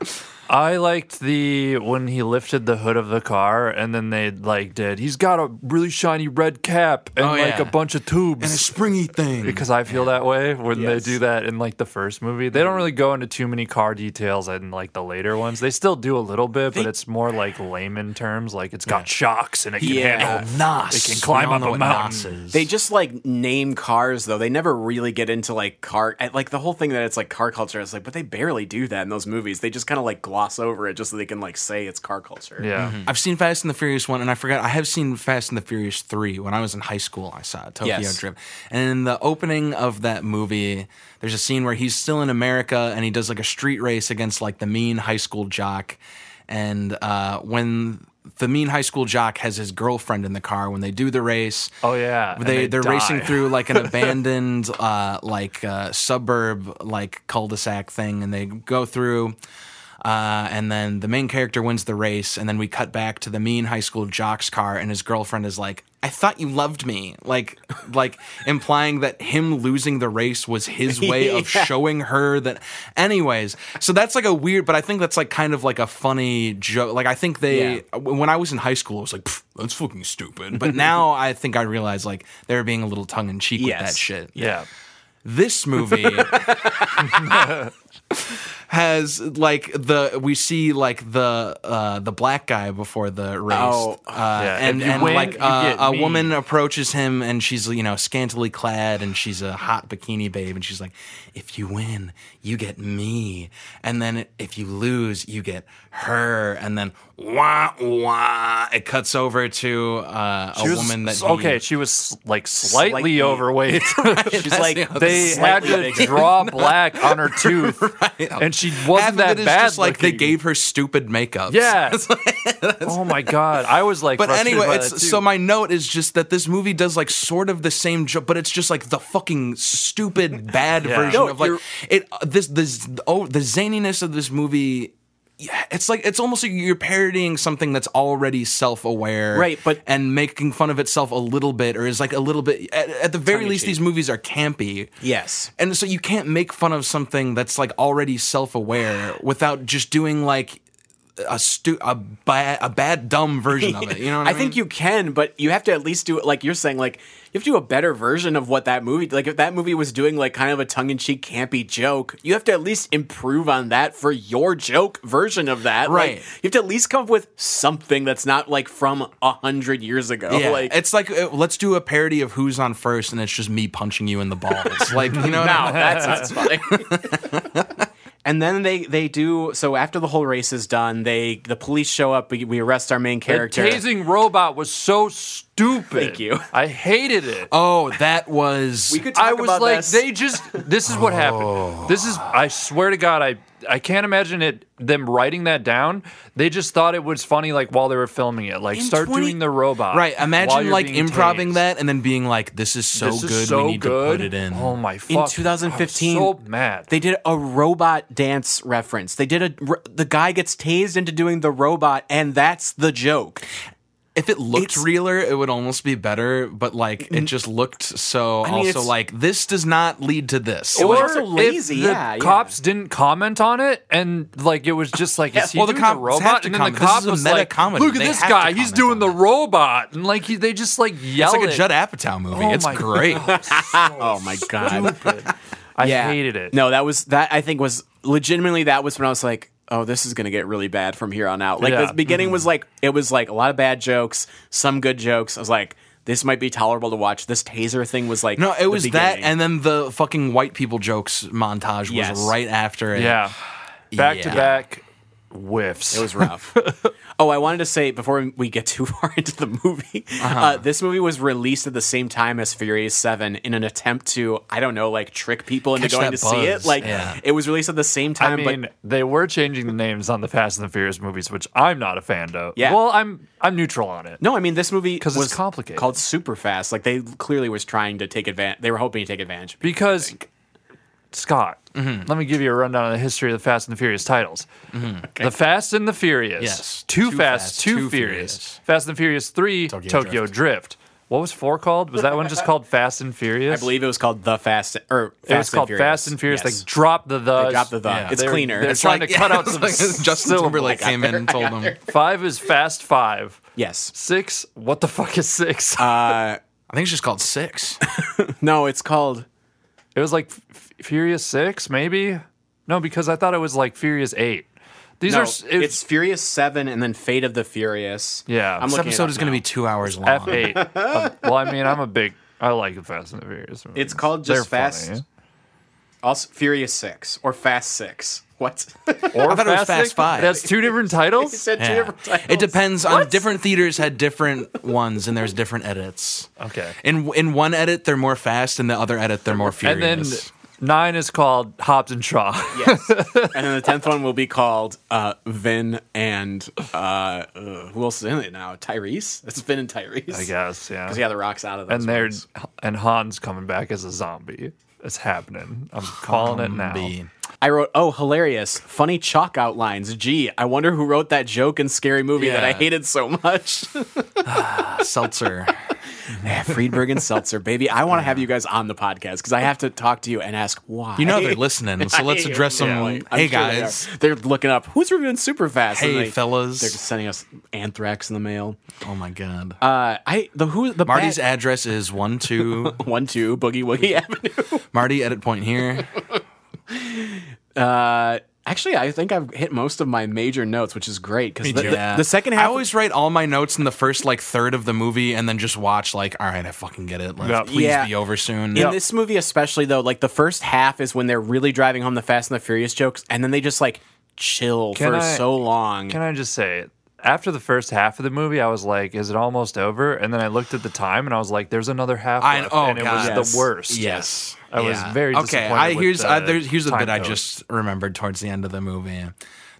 I liked the when he lifted the hood of the car, and then they like did. He's got a really shiny red cap and
Oh,
like
yeah.
a bunch of tubes.
And a springy thing.
because I feel that way when
Yes.
they do that in like the first movie. They don't
Mm.
really go into too many car details in like the later ones. They still do a little bit, but it's more like layman terms. Like it's got shocks and it can
Yeah.
handle.
Nas.
uh, They can climb
We all
up
know
a
what
mountain.
Nas is.
They just like name cars though. They never really get into like car I- like the whole thing that it's like car culture. It's like, but they barely do that in those movies. They just kind of like gloss over it just so they can like say it's car culture.
Yeah,
I've seen Fast and the Furious one, and I forgot. I have seen Fast and the Furious three when I was in high school. I saw it, Tokyo
Yes.
Drift, and in the opening of that movie, there's a scene where he's still in America and he does like a street race against like the mean high school jock, and uh, when the mean high school jock has his girlfriend in the car when they do the race.
Oh, yeah, and
they
they
they're racing
die.
through like an abandoned uh, like uh, suburb like cul-de-sac thing, and they go through. Uh, and then the main character wins the race, and then we cut back to the mean high school jock's car, and his girlfriend is like, "I thought you loved me," like, like implying that him losing the race was his way of showing her that. Anyways, so that's like a weird, but I think that's like kind of like a funny joke. Like I think they,
Yeah.
w- when I was in high school, I was like, "Pff, "That's fucking stupid," but now I think I realize like they were being a little tongue in cheek with
Yes.
that shit
Yeah.
this movie has like the we see like the uh the black guy before the race
Oh,
uh,
yeah.
and,
If you
and
win,
like
you
uh,
get
a
me.
woman approaches him and she's you know scantily clad and she's a hot bikini babe and she's like if you win you get me and then if you lose you get her and then wah wah it cuts over to uh, a
She was-
woman that he-
okay, she was like slightly,
Slightly-
overweight.
She's like,
they had
slightly
to
bigger.
draw black on her tooth, and she
half
wasn't
of
that
it is
bad.
just like they
looking.
gave her stupid makeup.
Yeah. oh my god, I was like.
But
frustrated
anyway,
by that, too.
it's, so my note is just that this movie does like sort of the same job, but it's just like the fucking stupid bad
Yeah.
version
No,
of like it. uh, This this oh the zaniness of this movie. yeah, It's like it's almost like you're parodying something that's already self-aware,
Right, but-
and making fun of itself a little bit, or is like a little bit. At, at the very least,
Tongue-in-cheek.
these movies are campy.
Yes.
And so you can't make fun of something that's like already self-aware without just doing like a stu- a bad a bad dumb version of it. You know what I,
I think
mean?
you can, but you have to at least do it like you're saying. Like you have to do a better version of what that movie. Like if that movie was doing like kind of a tongue in cheek, campy joke, you have to at least improve on that for your joke version of that. Like,
Right.
you have to at least come up with something that's not like from a hundred years ago.
Yeah,
Like
it's like uh, let's do a parody of who's on first, and it's just me punching you in the balls. like you know, what I
now
mean?
that's funny. And then they they do so after the whole race is done, they the police show up. We, we arrest our main
the
character.
tasing robot was so stupid.
Thank you.
I hated it.
Oh, that was
We could talk
I was
about
like,
this.
they just. This is what
Oh.
happened. This is. I swear to God, I I can't imagine it. Them writing that down. They just thought it was funny, like while they were filming it. Like,
In
start
20
doing the robot.
right.
while
Imagine
you're
like
being
improving
tased.
that and then being like, "This is so
This is
good,
so
we need
good.
to put it in."
Oh my!
in
Fuck.
2015
I was so mad.
they did a robot dance reference they did a r- the guy gets tased into doing the robot and that's the joke
if it looked
It's-
realer, it would almost be better. But like, it just looked so.
mean,
also,
it's-
like this does not lead to this.
was
or
also lazy,
if the
yeah, yeah.
cops didn't comment on it, and like it was just like, is he
Well, the
doing the
cops have
robot?
to
And then
comment.
the
This
cop
is a
was
meta
like,
comedy.
look at
They
this
have to
guy, he's
comment
doing
on
the
that.
robot, and like he, they just like yell.
it's like a
at-
Judd Apatow movie.
Oh
it's
my
great.
God, so
oh my god
stupid. I
Yeah.
hated it.
no that was that i think was legitimately that was when i was like oh this is gonna get really bad from here on out like
Yeah. Mm-hmm.
the beginning was like it was like a lot of bad jokes some good jokes i was like this might be tolerable to watch this taser thing was like
No, it
the
was that,
beginning.
and then the fucking white people jokes montage was
Yes.
right after it.
Yeah, back to
Yeah.
back whiffs.
It was rough. oh, I wanted to say before we get too far into the movie, uh
Uh-huh.
this movie was released at the same time as Furious Seven in an attempt to, I don't know, like trick people into
Catch
going to
that
see it.
buzz.
Like
Yeah.
it was released at the same
I
time,
mean,
but
they were changing the names on the Fast and the Furious movies, which I'm not a fan of.
Yeah.
Well, I'm I'm neutral on it.
no, I mean this movie
'Cause it's
was
complicated.
called Super Fast. Like they clearly was trying to take advantage. They were hoping to take advantage. of people.
because Scott,
Mm-hmm.
let me give you a rundown of the history of the Fast and the Furious titles.
Mm-hmm.
The Fast and the Furious,
Yes.
Too,
Too
Fast,
Fast,
Too,
Too
Furious.
Furious.
Fast and the Furious Three, Tokyo,
Tokyo
Drift. What was four called? Was that one just called Fast and Furious?
I believe it was called the Fast or Fast
it was called
and Furious.
Fast and Furious.
Yes.
They dropped the the.
They dropped the the.
Yeah.
It's
They're-
cleaner.
they're
It's
trying
like-
to cut out
it's
some
like Justin
syllables.
Timberlake came in and told him.
Five is Fast Five.
yes.
Six. What the fuck is six?
Uh,
I think it's just called Six.
No, it's called.
It was like F- F- Furious Six, maybe. No, because I thought it was like Furious Eight. These
No,
are
it's,
s- it-
Furious Seven and then Fate of the Furious.
Yeah.
I'm
This
This
looking it
episode
up
is going to
now.
be two hours long.
F eight. Um, well, I mean, I'm a big. I like the Fast and the Furious. Movies.
It's called
They're
just Fast
funny.
Also, Furious Six or Fast Six. What?
Or
I thought it was Fast
Six?
Five.
That's two different titles.
He said two
Yeah.
different titles.
It depends on different theaters had different ones, and there's different edits.
Okay.
In in one edit they're more fast, in the other edit they're more
and
furious.
then nine is called Hobbs and Shaw.
Yes. and then the tenth one will be called uh, Vin and uh, uh, who else is in it now? Tyrese. It's Vin and Tyrese.
I guess. Yeah.
'Cause, yeah, the rocks out of those.
and they're
ones.
Mm,
and Han's coming back as a zombie. It's happening. I'm calling it now.
Be-
I wrote, "Oh, hilarious! Funny chalk outlines. Gee, I wonder who wrote that joke in Scary Movie that I
Yeah.
hated so much."
Seltzer.
Yeah, Friedberg and Seltzer, baby. I want to have you guys on the podcast because I have to talk to you and ask why.
You know they're listening, so let's address them.
Yeah. I'm
hey
sure they
guys.
are. they're looking up who's reviewing super fast.
Hey, fellas.
they're sending us anthrax in the mail.
Oh my god.
Uh, I the who the
Marty's
bat-
address is one two
one two boogie woogie avenue.
Marty edit point here.
Uh, actually, I think I've hit most of my major notes, which is great because the,
too.
the- the second half.
I always write all my notes in the first like third of the movie and then just watch like, all right, I fucking get it. Let's
Yeah.
please
Yeah.
be over soon.
in this movie, especially though, like the first half is when they're really driving home the Fast and the Furious jokes, and then they just like chill
Can
for
I-
so long.
Can I just say it? After the first half of the movie, I was like, "Is it almost over?" And then I looked at the time, and I was like, "There's another half."
I-
left.
oh,
and it was
God.
Yes.
the worst.
Yes,
I was very
okay.
disappointed
I
with
here's
the
I, there's here's a
time
bit I
code.
just remembered towards the end of the movie.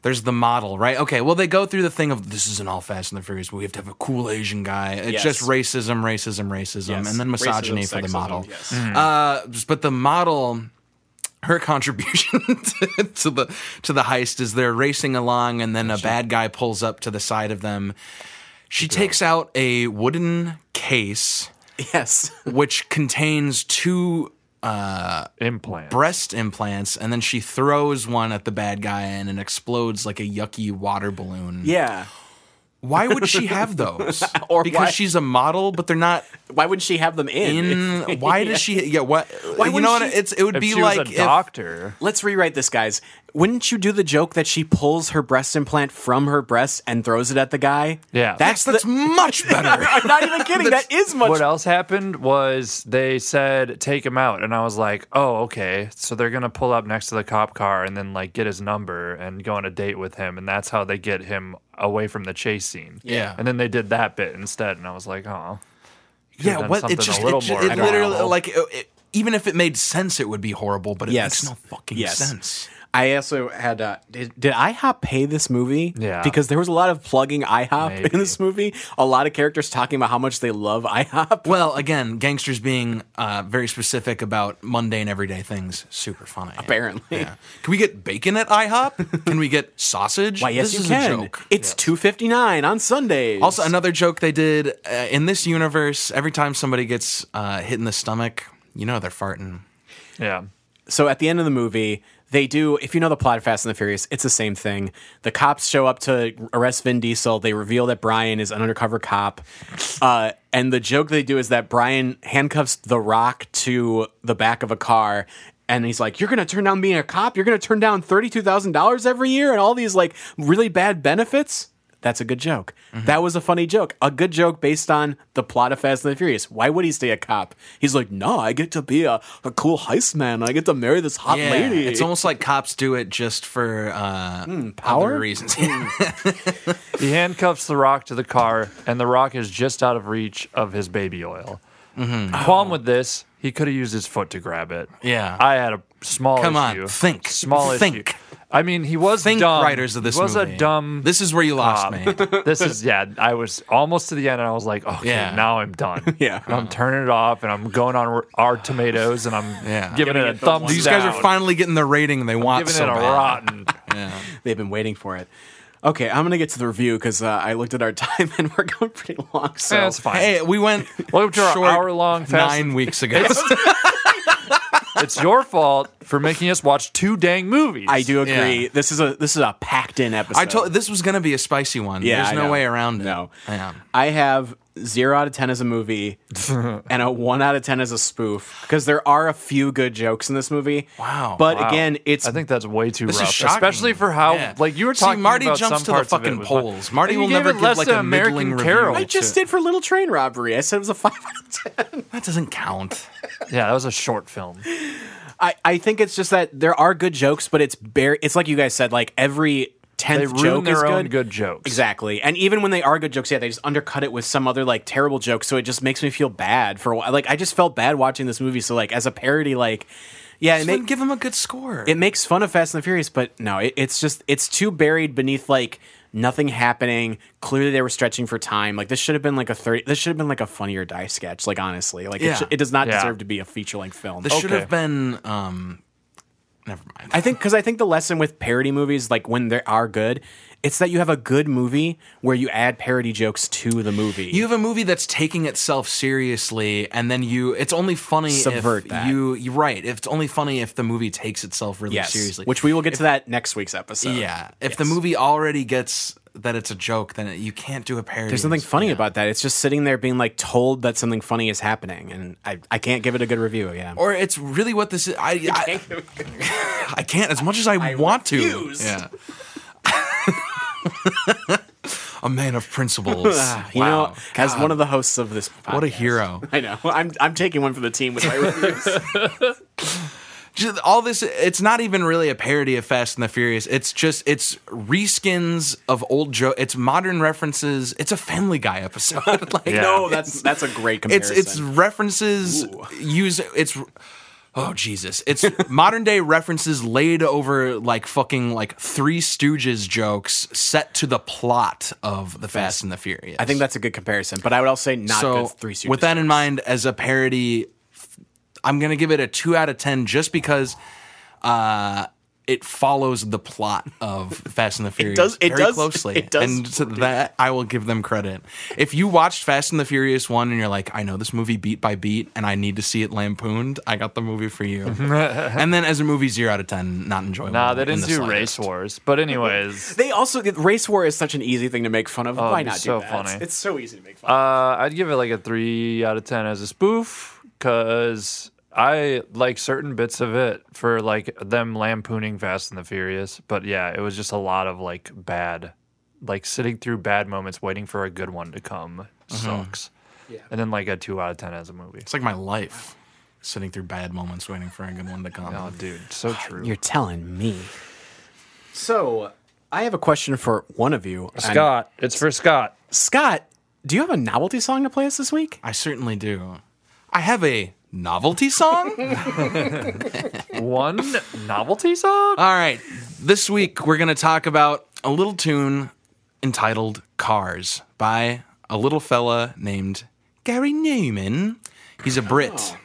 There's the model, right? Okay, well they go through the thing of this is an all Fast and the Furious, but we have to have a cool Asian guy. It's
Yes.
just racism, racism, racism,
Yes.
and then misogyny
Racism,
for the
sexism,
model.
yes.
Uh, but the model her contribution to, to the to the heist is they're racing along and then a bad guy pulls up to the side of them. She takes out a wooden case
Yes.
which contains two
implant.
breast implants and then she throws one at the bad guy and it explodes like a yucky water balloon.
Yeah.
Why would she have those?
Or
because
why-
she's a model, but they're not
Why wouldn't she have them in?
in. Why does she? Yeah, what? you
wouldn't
know what?
she-
It's it would
if
be
she
like
was a
if-
doctor,
Let's rewrite this, guys. Wouldn't you do the joke that she pulls her breast implant from her breast and throws it at the guy?
Yeah.
That's the.
that's much better.
I'm not even kidding. that is much.
what else happened was they said take him out, and I was like, "Oh, okay." So they're gonna pull up next to the cop car and then like get his number and go on a date with him, and that's how they get him away from the chase scene.
Yeah.
and then they did that bit instead, and I was like, "Oh."
yeah,
done
what?
something
It's
a
just
little
it, ju-
more
it literally
adorable.
like it, it- even if it made sense, it would be horrible. But it
Yes.
makes no fucking
Yes.
sense.
I also had. Uh, did, did IHOP pay this movie?
Yeah.
Because there was a lot of plugging IHOP
Maybe.
in this movie. A lot of characters talking about how much they love IHOP.
Well, again, gangsters being uh, very specific about mundane everyday things, super funny.
Apparently.
Yeah. Can we get bacon at IHOP? Can we get sausage?
Why? Yes,
this
you
is
can.
a joke.
It's two fifty nine on Sundays.
Also, another joke they did uh, in this universe: every time somebody gets uh, hit in the stomach, you know they're farting.
Yeah.
so at the end of the movie, they do. If you know the plot of Fast and the Furious, it's the same thing. The cops show up to arrest Vin Diesel. They reveal that Brian is an undercover cop, uh, and the joke they do is that Brian handcuffs The Rock to the back of a car. And he's like, "You're gonna turn down being a cop. You're gonna turn down thirty-two thousand dollars every year and all these like really bad benefits." That's a good joke. That was a funny joke. A good joke based on the plot of Fast and the Furious. Why would he stay a cop? He's like, no, I get to be a, a cool heist man. I get to marry this hot
Yeah,
lady. Hmm,
it's almost like cops do it just for uh,
power? Hmm.
other reasons.
He handcuffs The Rock to the car, and The Rock is just out of reach of his baby oil.
Mm-hmm.
Qualm with this, he could have used his foot to grab it.
Oh. Yeah.
I had a small
Come on,
issue.
think.
Small
Think.
issue. I mean, he was
Think
dumb.
writers of this
he was
movie.
a dumb.
This is where you lost
um,
me.
this is yeah. I was almost to the end, and I was like, okay,
Yeah.
now I'm done.
Yeah.
And I'm turning it off, and I'm going on our tomatoes, and I'm
Yeah.
giving it a
it the
thumbs
one-
These guys are
down,
finally getting the rating they want
Giving
so
it a
bad.
rotten.
They've been waiting for it. Okay, I'm gonna get to the review because uh, I looked at our time and we're going pretty long. So
Yeah, it's fine.
Hey, we went
Welcome to our
short
hour-long Fast
nine weeks ago.
it's your fault for making us watch two dang movies.
I do agree.
Yeah.
This is a this is a packed in episode.
I told this was going to be a spicy one.
Yeah,
There's
I
no
know.
way around it.
No,
Yeah.
I have zero out of ten as a movie, and a one out of ten as a spoof because there are a few good jokes in this movie.
Wow.
But
Wow.
again, it's
I think that's way too
This
rough,
is shocking.
especially for how
Yeah.
like you were
See,
talking.
Marty
about
jumps
some
to the
parts of it
fucking
was fine.
polls. Marty
You
will
gave
never
it
give,
less
like,
than
a
American
middling review.
Carol.
I just did for Little Train Robbery. I said it was a five out of ten.
That doesn't count.
Yeah, that was a short film.
I, I think it's just that there are good jokes, but it's bare. It's like you guys said, like every
They
tenth
ruined
joke is
their own
good.
good, jokes.
Exactly, and even when they are good jokes, yeah, they just undercut it with some other like terrible joke. So it just makes me feel bad for a while. like I just felt bad watching this movie. So like as a parody, like yeah, it,
Just
make,
wouldn't give him a good score.
it makes fun of Fast and the Furious, but no, it, it's just it's too buried beneath like nothing happening. Clearly, they were stretching for time. Like this should have been like a thirty. This should have been like a funnier die sketch. Like honestly, like
Yeah.
it, should, it does not
Yeah.
deserve to be a feature length film.
This should
Okay.
have been um Never mind.
Oh, I think because I think the lesson with parody movies, like when they are good, it's that you have a good movie where you add parody jokes to the movie.
you have a movie that's taking itself seriously, and then you—it's only funny
Subvert
if
that.
you. You're right. If it's only funny if the movie takes itself really
yes,
seriously,
which we will get to that next week's episode.
yeah. If the
Yes.
movie already gets that it's a joke, then you can't do a parody.
There's nothing funny about that. It's just sitting there being like told that something funny is happening, and I, I can't give it a good review. Yeah,
Or it's really what this is. I I, I can't as much as I, want
refuse.
to. Yeah. a man of principles.
Ah, you know,
wow.
as one of the hosts of this,
what a
podcast.
hero.
I know. I'm I'm taking one for the team with my reviews.
just all this it's not even really a parody of fast and the furious it's just it's reskins of old joke it's modern references it's a family guy episode like
Yeah.
no, that's that's a great
it's
comparison.
it's references use it's oh jesus it's modern day references laid over like fucking like three stooges jokes set to the plot of the fast and the furious
I think that's a good comparison, but I would also say not
so
good three series.
with that in mind as a parody f- i'm gonna give it a 2 out of 10 just because uh it follows the plot of Fast and the Furious
does- it
very
does-
closely,
it does.
and to that I will give them credit. If you watched Fast and the Furious one and you're like, I know this movie beat by beat, and I need to see it lampooned, I got the movie for you. and then as a movie, zero out of ten, not enjoyable.
Nah, they
in
didn't
the
do race
slightest.
wars. But anyways,
They also the race war is such an easy thing to make fun of. Why
Oh, it'd be
not do
so
that?
funny.
It's, it's so easy to make fun.
uh,
of.
I'd give it like a three out of ten as a spoof because I like certain bits of it for like them lampooning Fast and the Furious. But yeah, it was just a lot of like bad, like sitting through bad moments, waiting for a good one to come. Sucks. And then like a two out of ten as a movie.
It's like my life, sitting through bad moments, waiting for a good one to come.
Oh, dude, so true.
You're telling me. So I have a question for one of you, And-
Scott, it's for Scott.
Scott, do you have a novelty song to play us this week?
I certainly do. I have a novelty song.
One novelty song?
All right. This week, we're going to talk about a little tune entitled Cars by a little fella named Gary Newman. He's a Brit.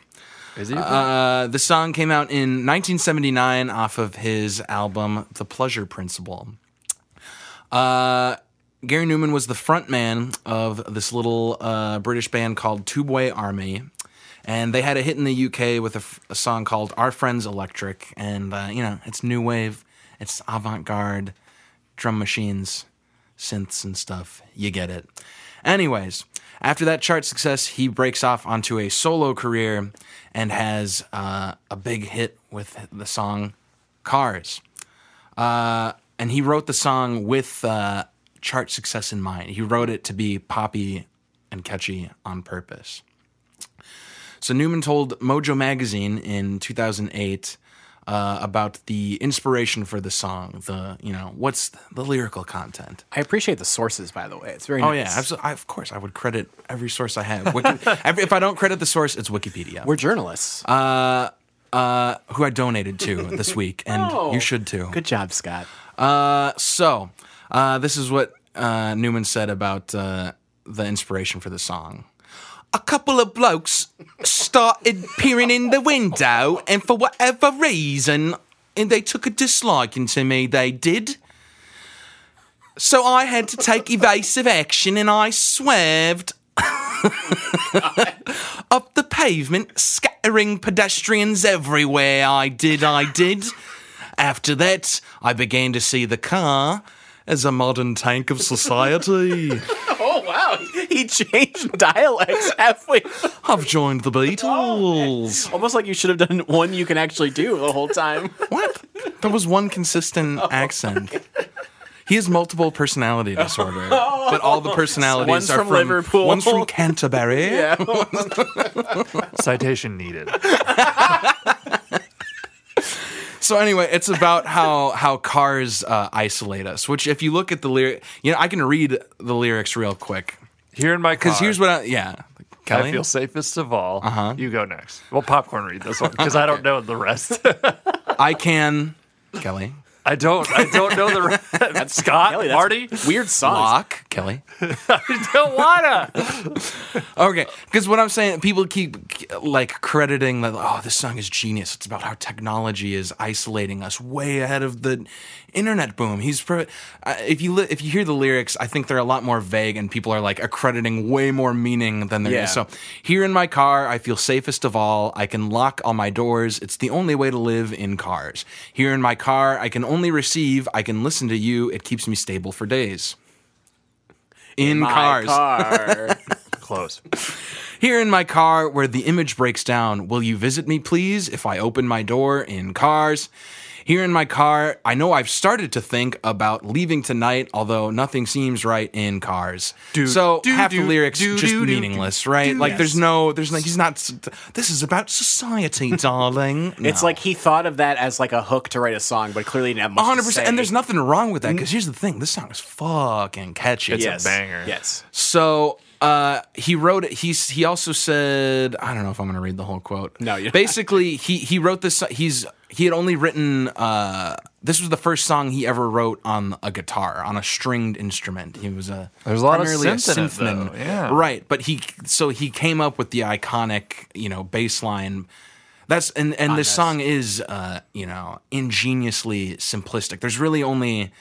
Is he?
Uh, the song came out in 1979 off of his album The Pleasure Principle. Uh, Gary Newman was the front man of this little uh, British band called Tubeway Army. And they had a hit in the UK with a, f- a song called Our Friends Electric. And, uh, you know, it's new wave, it's avant garde, drum machines, synths and stuff. You get it. Anyways, after that chart success, he breaks off onto a solo career and has uh, a big hit with the song Cars. Uh, and he wrote the song with uh, chart success in mind. He wrote it to be poppy and catchy on purpose. So Newman told Mojo Magazine in 2008 uh, about the inspiration for the song. The you know what's the lyrical content?
I appreciate the sources, by the way. It's very.
Oh
nice.
yeah, absolutely. I, of course, I would credit every source I have. Wiki, every, if I don't credit the source, it's Wikipedia,
We're journalists.
Uh, who I donated to this week, and you should too.
Good job, Scott.
Uh, so, uh, this is what uh, Newman said about uh, the inspiration for the song. A couple of blokes started peering in the window, and for whatever reason, and they took a disliking to me. They did. So I had to take evasive action, and I swerved up the pavement, scattering pedestrians everywhere. I did, I did. After that, I began to see the car as a modern tank of society.
Oh wow, he changed dialects halfway.
I've joined the Beatles.
Almost like you should have done one you can actually do the whole time.
What? There was one consistent
Oh.
accent. He has multiple personality disorder, but all the personalities
One's
are
from Liverpool.
One's from Canterbury.
Citation needed.
So anyway, it's about how how cars uh, isolate us. Which, if you look at the lyric, you know, I can read the lyrics real quick.
Here in my car.
Because here's what, I, yeah, Kelly.
I feel safest of all. Uh-huh. You go next. Well, popcorn read this one because I don't know the rest.
I can, Kelly.
I don't. I don't know the. That's Scott
Kelly, that's
Marty.
Weird songs.
Lock Kelly.
I don't wanna.
Okay, because what I'm saying, people keep like crediting that. Oh, this song is genius. It's about how technology is isolating us way ahead of the internet boom. He's pro- uh, if you li- if you hear the lyrics, I think they're a lot more vague, and people are like accrediting way more meaning than there is.
Yeah.
So here in my car, I feel safest of all. I can lock all my doors. It's the only way to live in cars. Here in my car, I can only receive. I can listen to you. It keeps me stable for days. In,
My
cars.
car.
Close.
Here in my car, where the image breaks down, will you visit me, please, if I open my door in cars? Here in my car, I know I've started to think about leaving tonight, although nothing seems right in cars.
Do-
so
do-
half the
do-
lyrics
do-
just
do- do-
meaningless, right? Like there's no, there's like he's not. s- This is about society, darling.
It's
No.
like he thought of that as like a hook to write a song, but clearly he didn't have much. to
100.
say.
percent And there's nothing wrong with that because here's the thing: this song is fucking catchy.
It's a
yes.
banger.
Yes.
So uh, he wrote it. He he also said, I don't know if I'm going to read the whole quote.
No, you're not.
basically he he wrote this. He's he had only written. Uh, this was the first song he ever wrote on a guitar on a stringed instrument. He was a
There's a lot of
primarily
synth in it,
synthman.
though, yeah.
right. But he so he came up with the iconic you know bass line. That's and
Ah,
and this
Honest.
song is uh, you know ingeniously simplistic. There's really only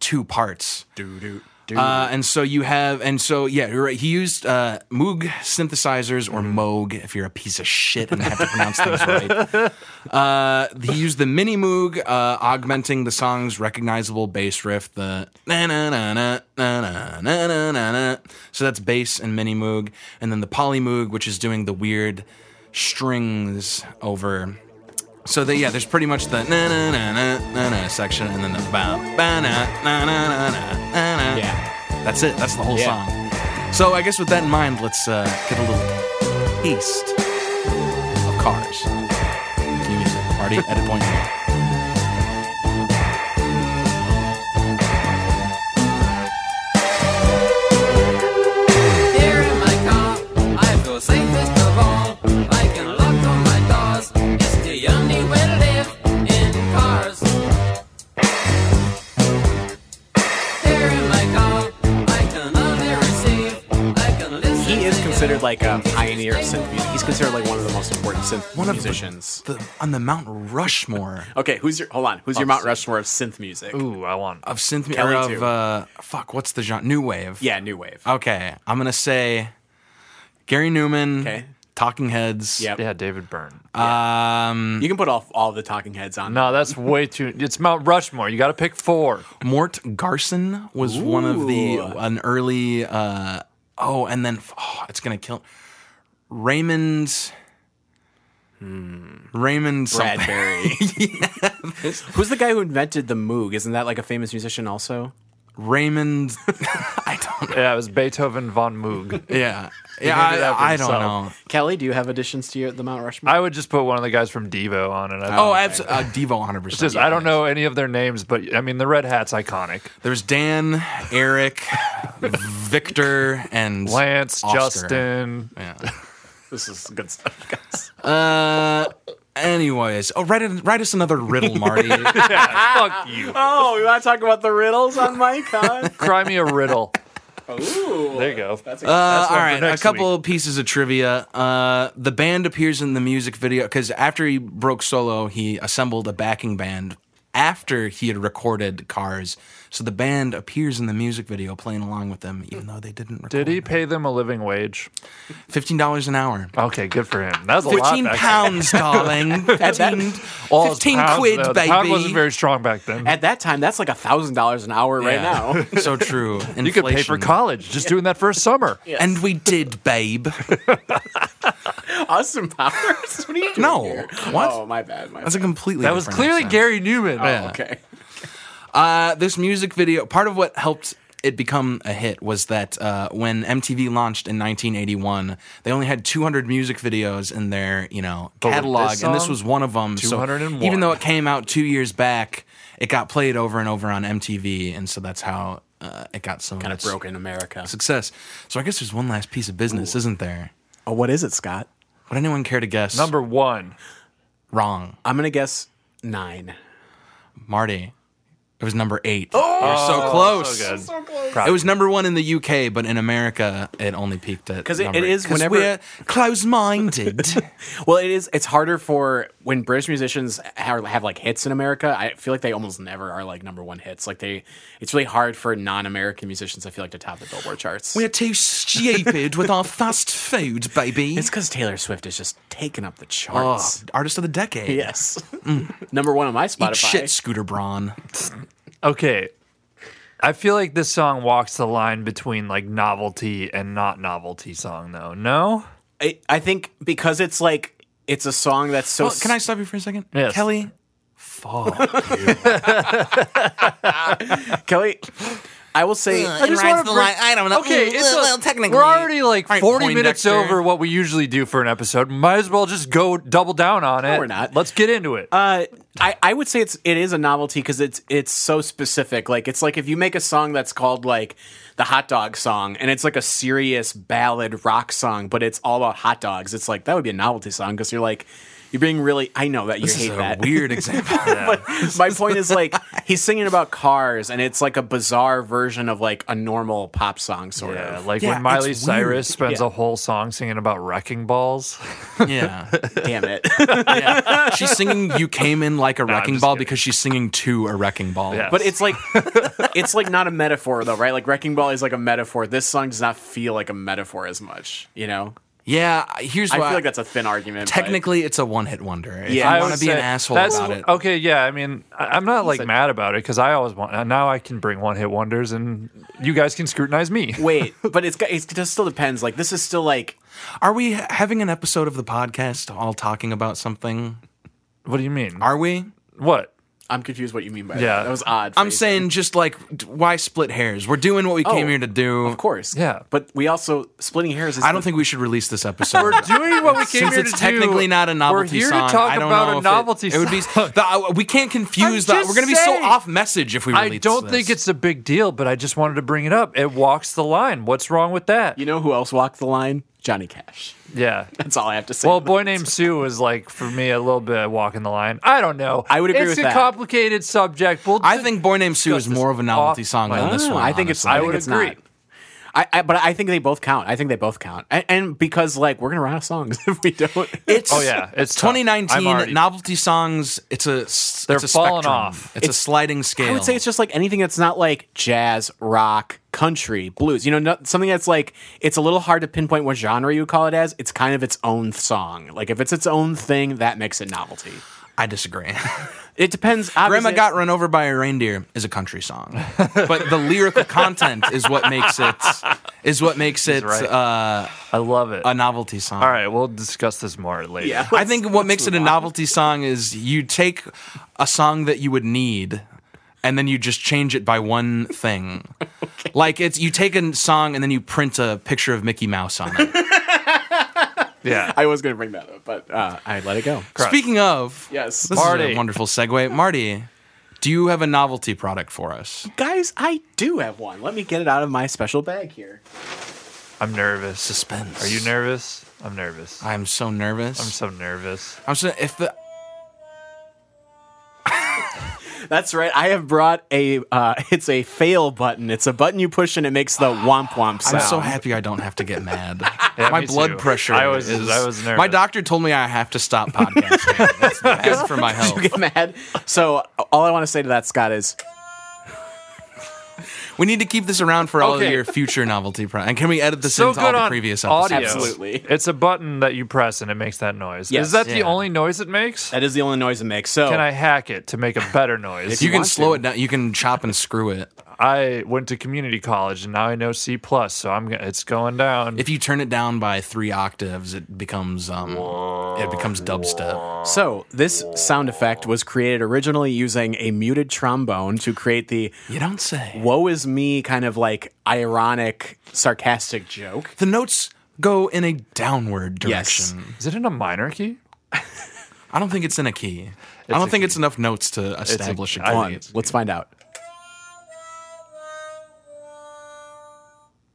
two parts.
Do do do.
Uh, and so you have, and so yeah, you're right. He used uh, Moog synthesizers or
Mm-hmm.
Moog if you're a piece of shit and have to pronounce things right. Uh, he used the mini Moog, uh, augmenting the song's recognizable bass riff. The na na na na na na na na na na. So that's bass and mini Moog, and then the poly Moog, which is doing the weird strings over. So they, yeah, there's pretty much the na na na na na na section, and then the ba ba na na na na na na na.
yeah.
That's it. That's the whole
Yeah.
song. So I guess with that in mind, let's uh, get a little taste of Cars. Cue music. Party edit point.
Here in my car, I feel safest of all. I can lock all my doors. It's the only way to live in cars. Here in my car, I can only receive. I can listen.
He is
to
considered
you.
like a pioneer of synth music. He's considered like one of the most important synth
One of the-
musicians.
The, on the Mount Rushmore
okay, who's your? Hold on. Who's your Mount Rushmore of synth music?
Ooh, I want.
of synth mu-
Kelly
or of
too.
uh, fuck, what's the genre? New wave.
Yeah, new wave.
Okay, I'm gonna say Gary Newman.
Okay.
Talking Heads.
Yep.
Yeah, David Byrne.
Um,
You can put all all the Talking Heads on.
no, that's way too. It's Mount Rushmore. You got to pick four.
Mort Garson was one of the
Ooh.
an early. Uh, oh, and then oh, it's gonna kill Raymond.
Hmm.
Raymond something.
Bradbury. Who's the guy who invented the Moog? Isn't that like a famous musician also?
Raymond. I don't. know.
Yeah, it was Beethoven von Moog.
Yeah, yeah. I, I don't
himself.
know.
Kelly, do you have additions to your, the Mount Rushmore?
I would just put one of the guys from Devo on it. I
Oh,
think.
abs- uh, Devo, one hundred percent.
Just- I don't know any of their names, but I mean the red hat's iconic.
There's Dan, Eric, Victor, and
Lance,
Oscar.
Justin.
Yeah.
this is good stuff, guys.
Uh. Anyways, oh, write it, write us another riddle, Marty. Uh,
Fuck you.
Oh, we want to talk about the riddles on my con?
Cry me a riddle.
Ooh.
There you go. That's
Uh, all
one for
right, a
next
couple of pieces of trivia. Uh, the band appears in the music video because after he broke solo, he assembled a backing band after he had recorded Cars. So the band appears in the music video playing along with them, even though they didn't record.
Did he pay them a living wage?
Fifteen dollars an hour.
Okay, good for him. That's a lot.
Fifteen
back then.
pounds, darling. 15,
All those
15
pounds,
quid,
though. The
baby.
Pound wasn't very strong back then.
At that time, that's like a thousand dollars an hour right
Yeah.
now.
so true.
you could pay for
Inflation.
college just doing that for a summer.
And we did, babe.
Austin Powers? What are you doing
No.
here?
What?
Oh, my bad. My
That's a
bad.
completely.
That was
different
clearly
accent.
Gary Newman.
Yeah.
okay.
Uh, this music video, part of what helped it become a hit was that uh, when MTV launched in 1981, they only had 200 music videos in their you know
with
catalog,
this
and this
song,
was one of them.
201.
So even though it came out two years back, it got played over and over on MTV, and so that's how uh, it got so
Kind of broken America.
success. So I guess there's one last piece of business, isn't there?
Oh, what is it, Scott?
Would anyone care to guess?
Number one.
wrong,
I'm going to guess nine.
Marty. It was number eight. Oh, You're so close.
So good.
It was number one in the UK, but in America, it only peaked at
Because it-
number
it is
Because
whenever-
we're close-minded.
Well, it is. It's harder for when British musicians have, have like hits in America. I feel like they almost never are like number one hits. Like they, it's really hard for non-American musicians. I feel like to top the Billboard charts.
we're too stupid with our fast food, baby.
it's because Taylor Swift is just taking up the
Oh,
charts.
artist of the decade.
Yes, number one on my
Eat
Spotify.
shit, Scooter Braun.
Okay. I feel like this song walks the line between like novelty and not novelty song though. No?
I, I think because it's like it's a song that's so.
Well, can I stop you for a second?
Yes.
Kelly,
Kelly? I will
Uh,
say.
I just wanna bring-
Okay, it's a- we're already like
All right,
40 minutes
Poindexter.
over what we usually do for an episode. Might as well just go double down on it.
we're not.
Let's get into it.
Uh, I, I would say it's it is a novelty because it's it's so specific. Like it's like if you make a song that's called like the hot dog song, and it's like a serious ballad rock song, but it's all about hot dogs. It's like that would be a novelty song because you're like you're being really. I know that you
This is
hate
a
that.
weird example.
but my point is like he's singing about cars, and it's like a bizarre version of like a normal pop song, sort
yeah,
of.
like
yeah,
when Miley
it's
Cyrus spends
Yeah.
a whole song singing about wrecking balls.
yeah.
Damn it.
yeah. She's singing You Came In Like a Wrecking
just
Ball
kidding.
because she's singing to a wrecking ball.
Yeah.
But it's like it's like not a metaphor though, right? Like Wrecking Ball is like a metaphor. This song does not feel like a metaphor as much, you know?
Yeah, here's
I
why.
feel like that's a thin argument. but-
Technically, it's a one hit wonder. If
Yeah.
you
I
want
would
to be an
say-
asshole
that's-
about it.
Okay, yeah. I mean, I, I'm not like mad about it because I always want. Now I can bring one hit wonders, and you guys can scrutinize me.
wait, but it's got- it's- it just still depends. Like this is still like
Are we ha- having an episode of the podcast all talking about something?
What do you mean?
Are we?
what?
I'm confused what you mean by that.
Yeah.
That was odd.
I'm
phrasing.
saying just like, d- why split hairs? We're doing what we came
Oh,
here to do.
of course.
Yeah.
But we also splitting hairs is
I don't think we should release this episode.
We're doing what we came
Since
here
it's
to
technically
do.
not a novelty
We're here
song,
to talk
I don't
about
know
a
if
novelty
it,
song.
It would be the, uh, we can't confuse
I'm
the.
just
We're gonna be
saying.
so off message if we release.
I don't think
this.
it's a big deal, but I just wanted to bring it up. It walks the line. What's wrong with that?
you know who else walked the line? Johnny Cash.
Yeah.
That's all I have to say.
Well, boy named Sue was like for me a little bit walking the line. I don't know.
I would agree
it's
with
a
that.
complicated subject. We'll
I
d-
think "Boy Named Sue" is
Discuss
more of a novelty
off-
song than
I
this
No,
one.
I think it's.
honestly.
I,
I
think
would
it's
agree.
not. I, I, but I think they both count. I think they both count, and, and because like we're gonna run out of songs if we don't.
It's
Oh, yeah, it's tough. I'm
2019
already-
novelty songs. It's a s-
They're
it's a
falling
spectrum.
off.
It's, a sliding scale.
I would say it's just like anything that's not like jazz, rock, country, blues. You know, not, something that's like it's a little hard to pinpoint what genre you call it as. It's kind of its own song. Like if it's its own thing, that makes it novelty.
I disagree.
It depends. obviously-
Grandma got run over by a reindeer is a country song, but the lyrical content is what makes it is what makes it
right.
uh,
I love it.
a novelty song.
All right, we'll discuss this more later.
Yeah.
I think what makes it a novelty song is you take a song that you would need and then you just change it by one thing. Like it's you take a song and then you print a picture of Mickey Mouse on it.
Yeah.
I was gonna bring that up, but uh, I let it go.
Speaking of,
Yes.
this is
Marty.
a wonderful segue. Marty, do you have a novelty product for us?
Guys, I do have one. Let me get it out of my special bag here.
I'm nervous.
Suspense.
Are you nervous? I'm nervous.
I'm so nervous.
I'm so nervous.
I'm so if the
That's right. I have brought a. Uh, it's a fail button. It's a button you push and it makes the womp womp sound.
I'm so happy I don't have to get mad.
Yeah,
my
me
blood
too.
pressure.
I was-
is,
I was nervous.
My doctor told me I have to stop podcasting. That's bad for my health.
You get mad. So all I want to say to that, Scott, is
We need to keep this around for all of
Okay.
your future novelty pro- And can we edit this
So
into all
good
the
on
previous episodes?
audio.
Absolutely.
It's a button that you press and it makes that noise.
Yes.
Is that the
Yeah.
only noise it makes?
That is the only noise it makes. So
Can I hack it to make a better noise?
You can
want
slow
to.
it down. You can chop and screw it.
I went to community college and now I know C plus, so I'm gonna, it's going down.
If you turn it down by three octaves, it becomes um, it becomes dubstep.
so this sound effect was created originally using a muted trombone to create the
You don't say.
"woe is me" kind of like ironic, sarcastic joke.
The notes go in a downward
Yes.
direction.
Is it in a minor key?
I don't think it's in a key. I
a
don't think
key.
it's enough notes to establish a,
I
key.
think
One. Let's find out.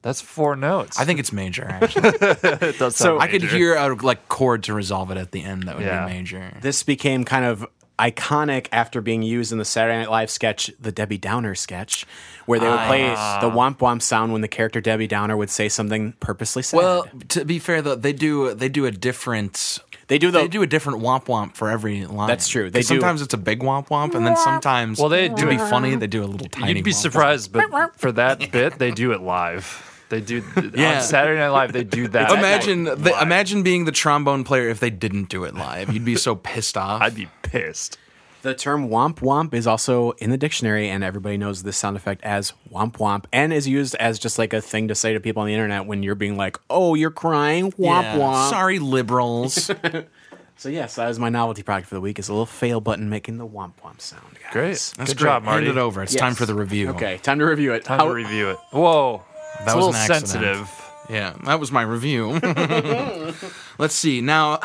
That's four notes.
I think it's major. Actually,
it does.
so
sound
I could
major.
hear a like chord to resolve it at the end. That would
Yeah.
be major.
This became kind of iconic after being used in the Saturday Night Live sketch, the Debbie Downer sketch, where they would play
Ah.
the womp womp sound when the character Debbie Downer would say something purposely sad.
Well, to be fair though, they do they do a different
they do the
they do a different womp womp for every line.
That's true. They
'Cause
do-
sometimes it's a big womp womp, and then sometimes
Well, they
to
do
be
it-
funny, they do a little tiny.
You'd be
womp womp.
surprised, but for that bit, they do it live. They do
Yeah.
on Saturday Night Live. They do that.
Imagine
Like,
the,
live.
imagine being the trombone player if they didn't do it live. You'd be so pissed off.
I'd be pissed.
The term womp womp is also in the dictionary, and everybody knows this sound effect as womp womp, and is used as just like a thing to say to people on the internet when you're being like, oh, you're crying, womp
Yeah.
womp.
Sorry, liberals.
So, yes, that was my novelty product for the week is a little fail button making the womp womp sound. Guys.
Great.
That's
Good
great.
job, Marty.
Hand it over. It's
Yes.
time for the review.
Okay, time to review it.
Time
How-
to review it. Whoa, that it's a
was
little
an accident.
sensitive.
Yeah, that was my review. Let's see. Now,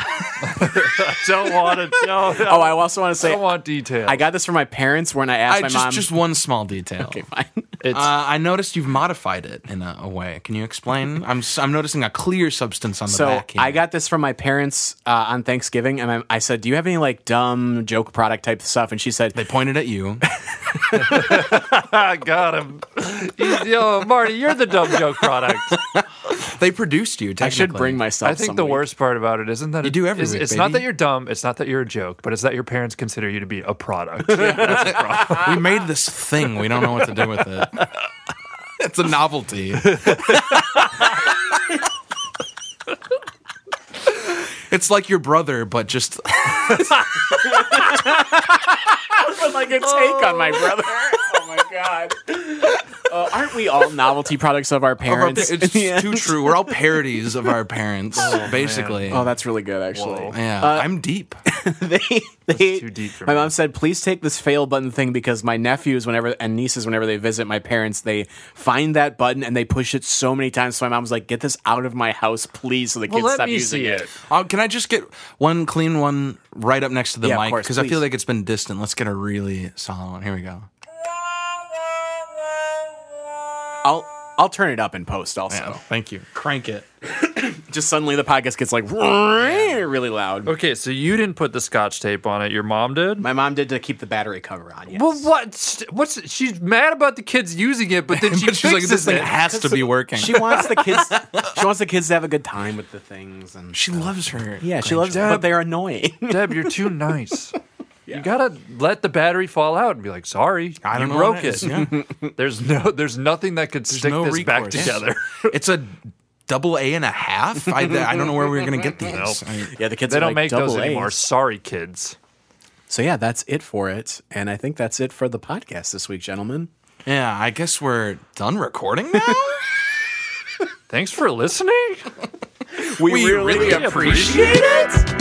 Don't want to. No, no.
Oh, I also want to
I
say
don't want details.
I got this from my parents when I asked
I
my
just
mom.
just one small detail.
okay, fine.
it's,
Uh, I noticed you've modified it in a, a way. Can you explain? I'm s- I'm noticing a clear substance on the
So
back. Here.
I got this from my parents uh, on Thanksgiving, and I, I said, "Do you have any like dumb joke product type stuff?" And she said,
They pointed at you.
I got him. You- Yo, Marty, you're the dumb joke product.
they produced you. Technically.
"I should bring myself."
I think
some
the
week.
worst part about it isn't that you
do every
It's,
week,
it's not
baby.
that you're dumb. It's not that you're a joke, but it's that your parents consider you to be a product.
We made this thing. We don't know what to do with it. It's a novelty. it's like your brother, but just
like a take on my brother. Oh my god! Uh, aren't we all novelty products of
Oh,
our
of our-
parents?
it's just
Yeah.
too true. We're all parodies of our parents, basically.
Oh, that's really good, actually.
Whoa.
yeah, I'm deep.
They, they,
too deep for
my
me.
mom said, "Please take this fail button thing because my nephews, whenever and nieces, whenever they visit my parents, they find that button and they push it so many times." So my mom was like, "Get this out of my house, please, so the kids stop using
Uh, can I just get one clean one right up next to the
Yeah, of
mic?
course,
Because I
please.
feel like it's been distant. Let's get a really solid one. Here we go.
I'll I'll turn it up in post. Also,
thank you. Crank it.
just suddenly the podcast gets like really loud.
Okay, so you didn't put the scotch tape on it. Your mom did.
My mom did to keep the battery cover on. Yes.
Well, what? What's she's mad about the kids using it, but then she
But she's like,
fixes
this thing
it.
has to be working.
She wants the kids. she wants the kids to have a good time with the things, and
She loves her.
yeah, she loves. it,
job.
But they're annoying.
Deb, you're too nice. You gotta let the battery fall out and be like, sorry,
I don't
you
know
broke
what it is.
it.
Yeah.
There's no, there's nothing that could stick
no
this back
recourse.
together.
it's a double A and a half. I, I don't know where we were going to get these. I-
yeah, the kids
they
are
don't
like
make those
double A's.
anymore. Sorry, kids.
So yeah, that's it for it, and I think that's it for the podcast this week, gentlemen.
yeah, I guess we're done recording now.
Thanks for listening.
We,
really
appreciate it.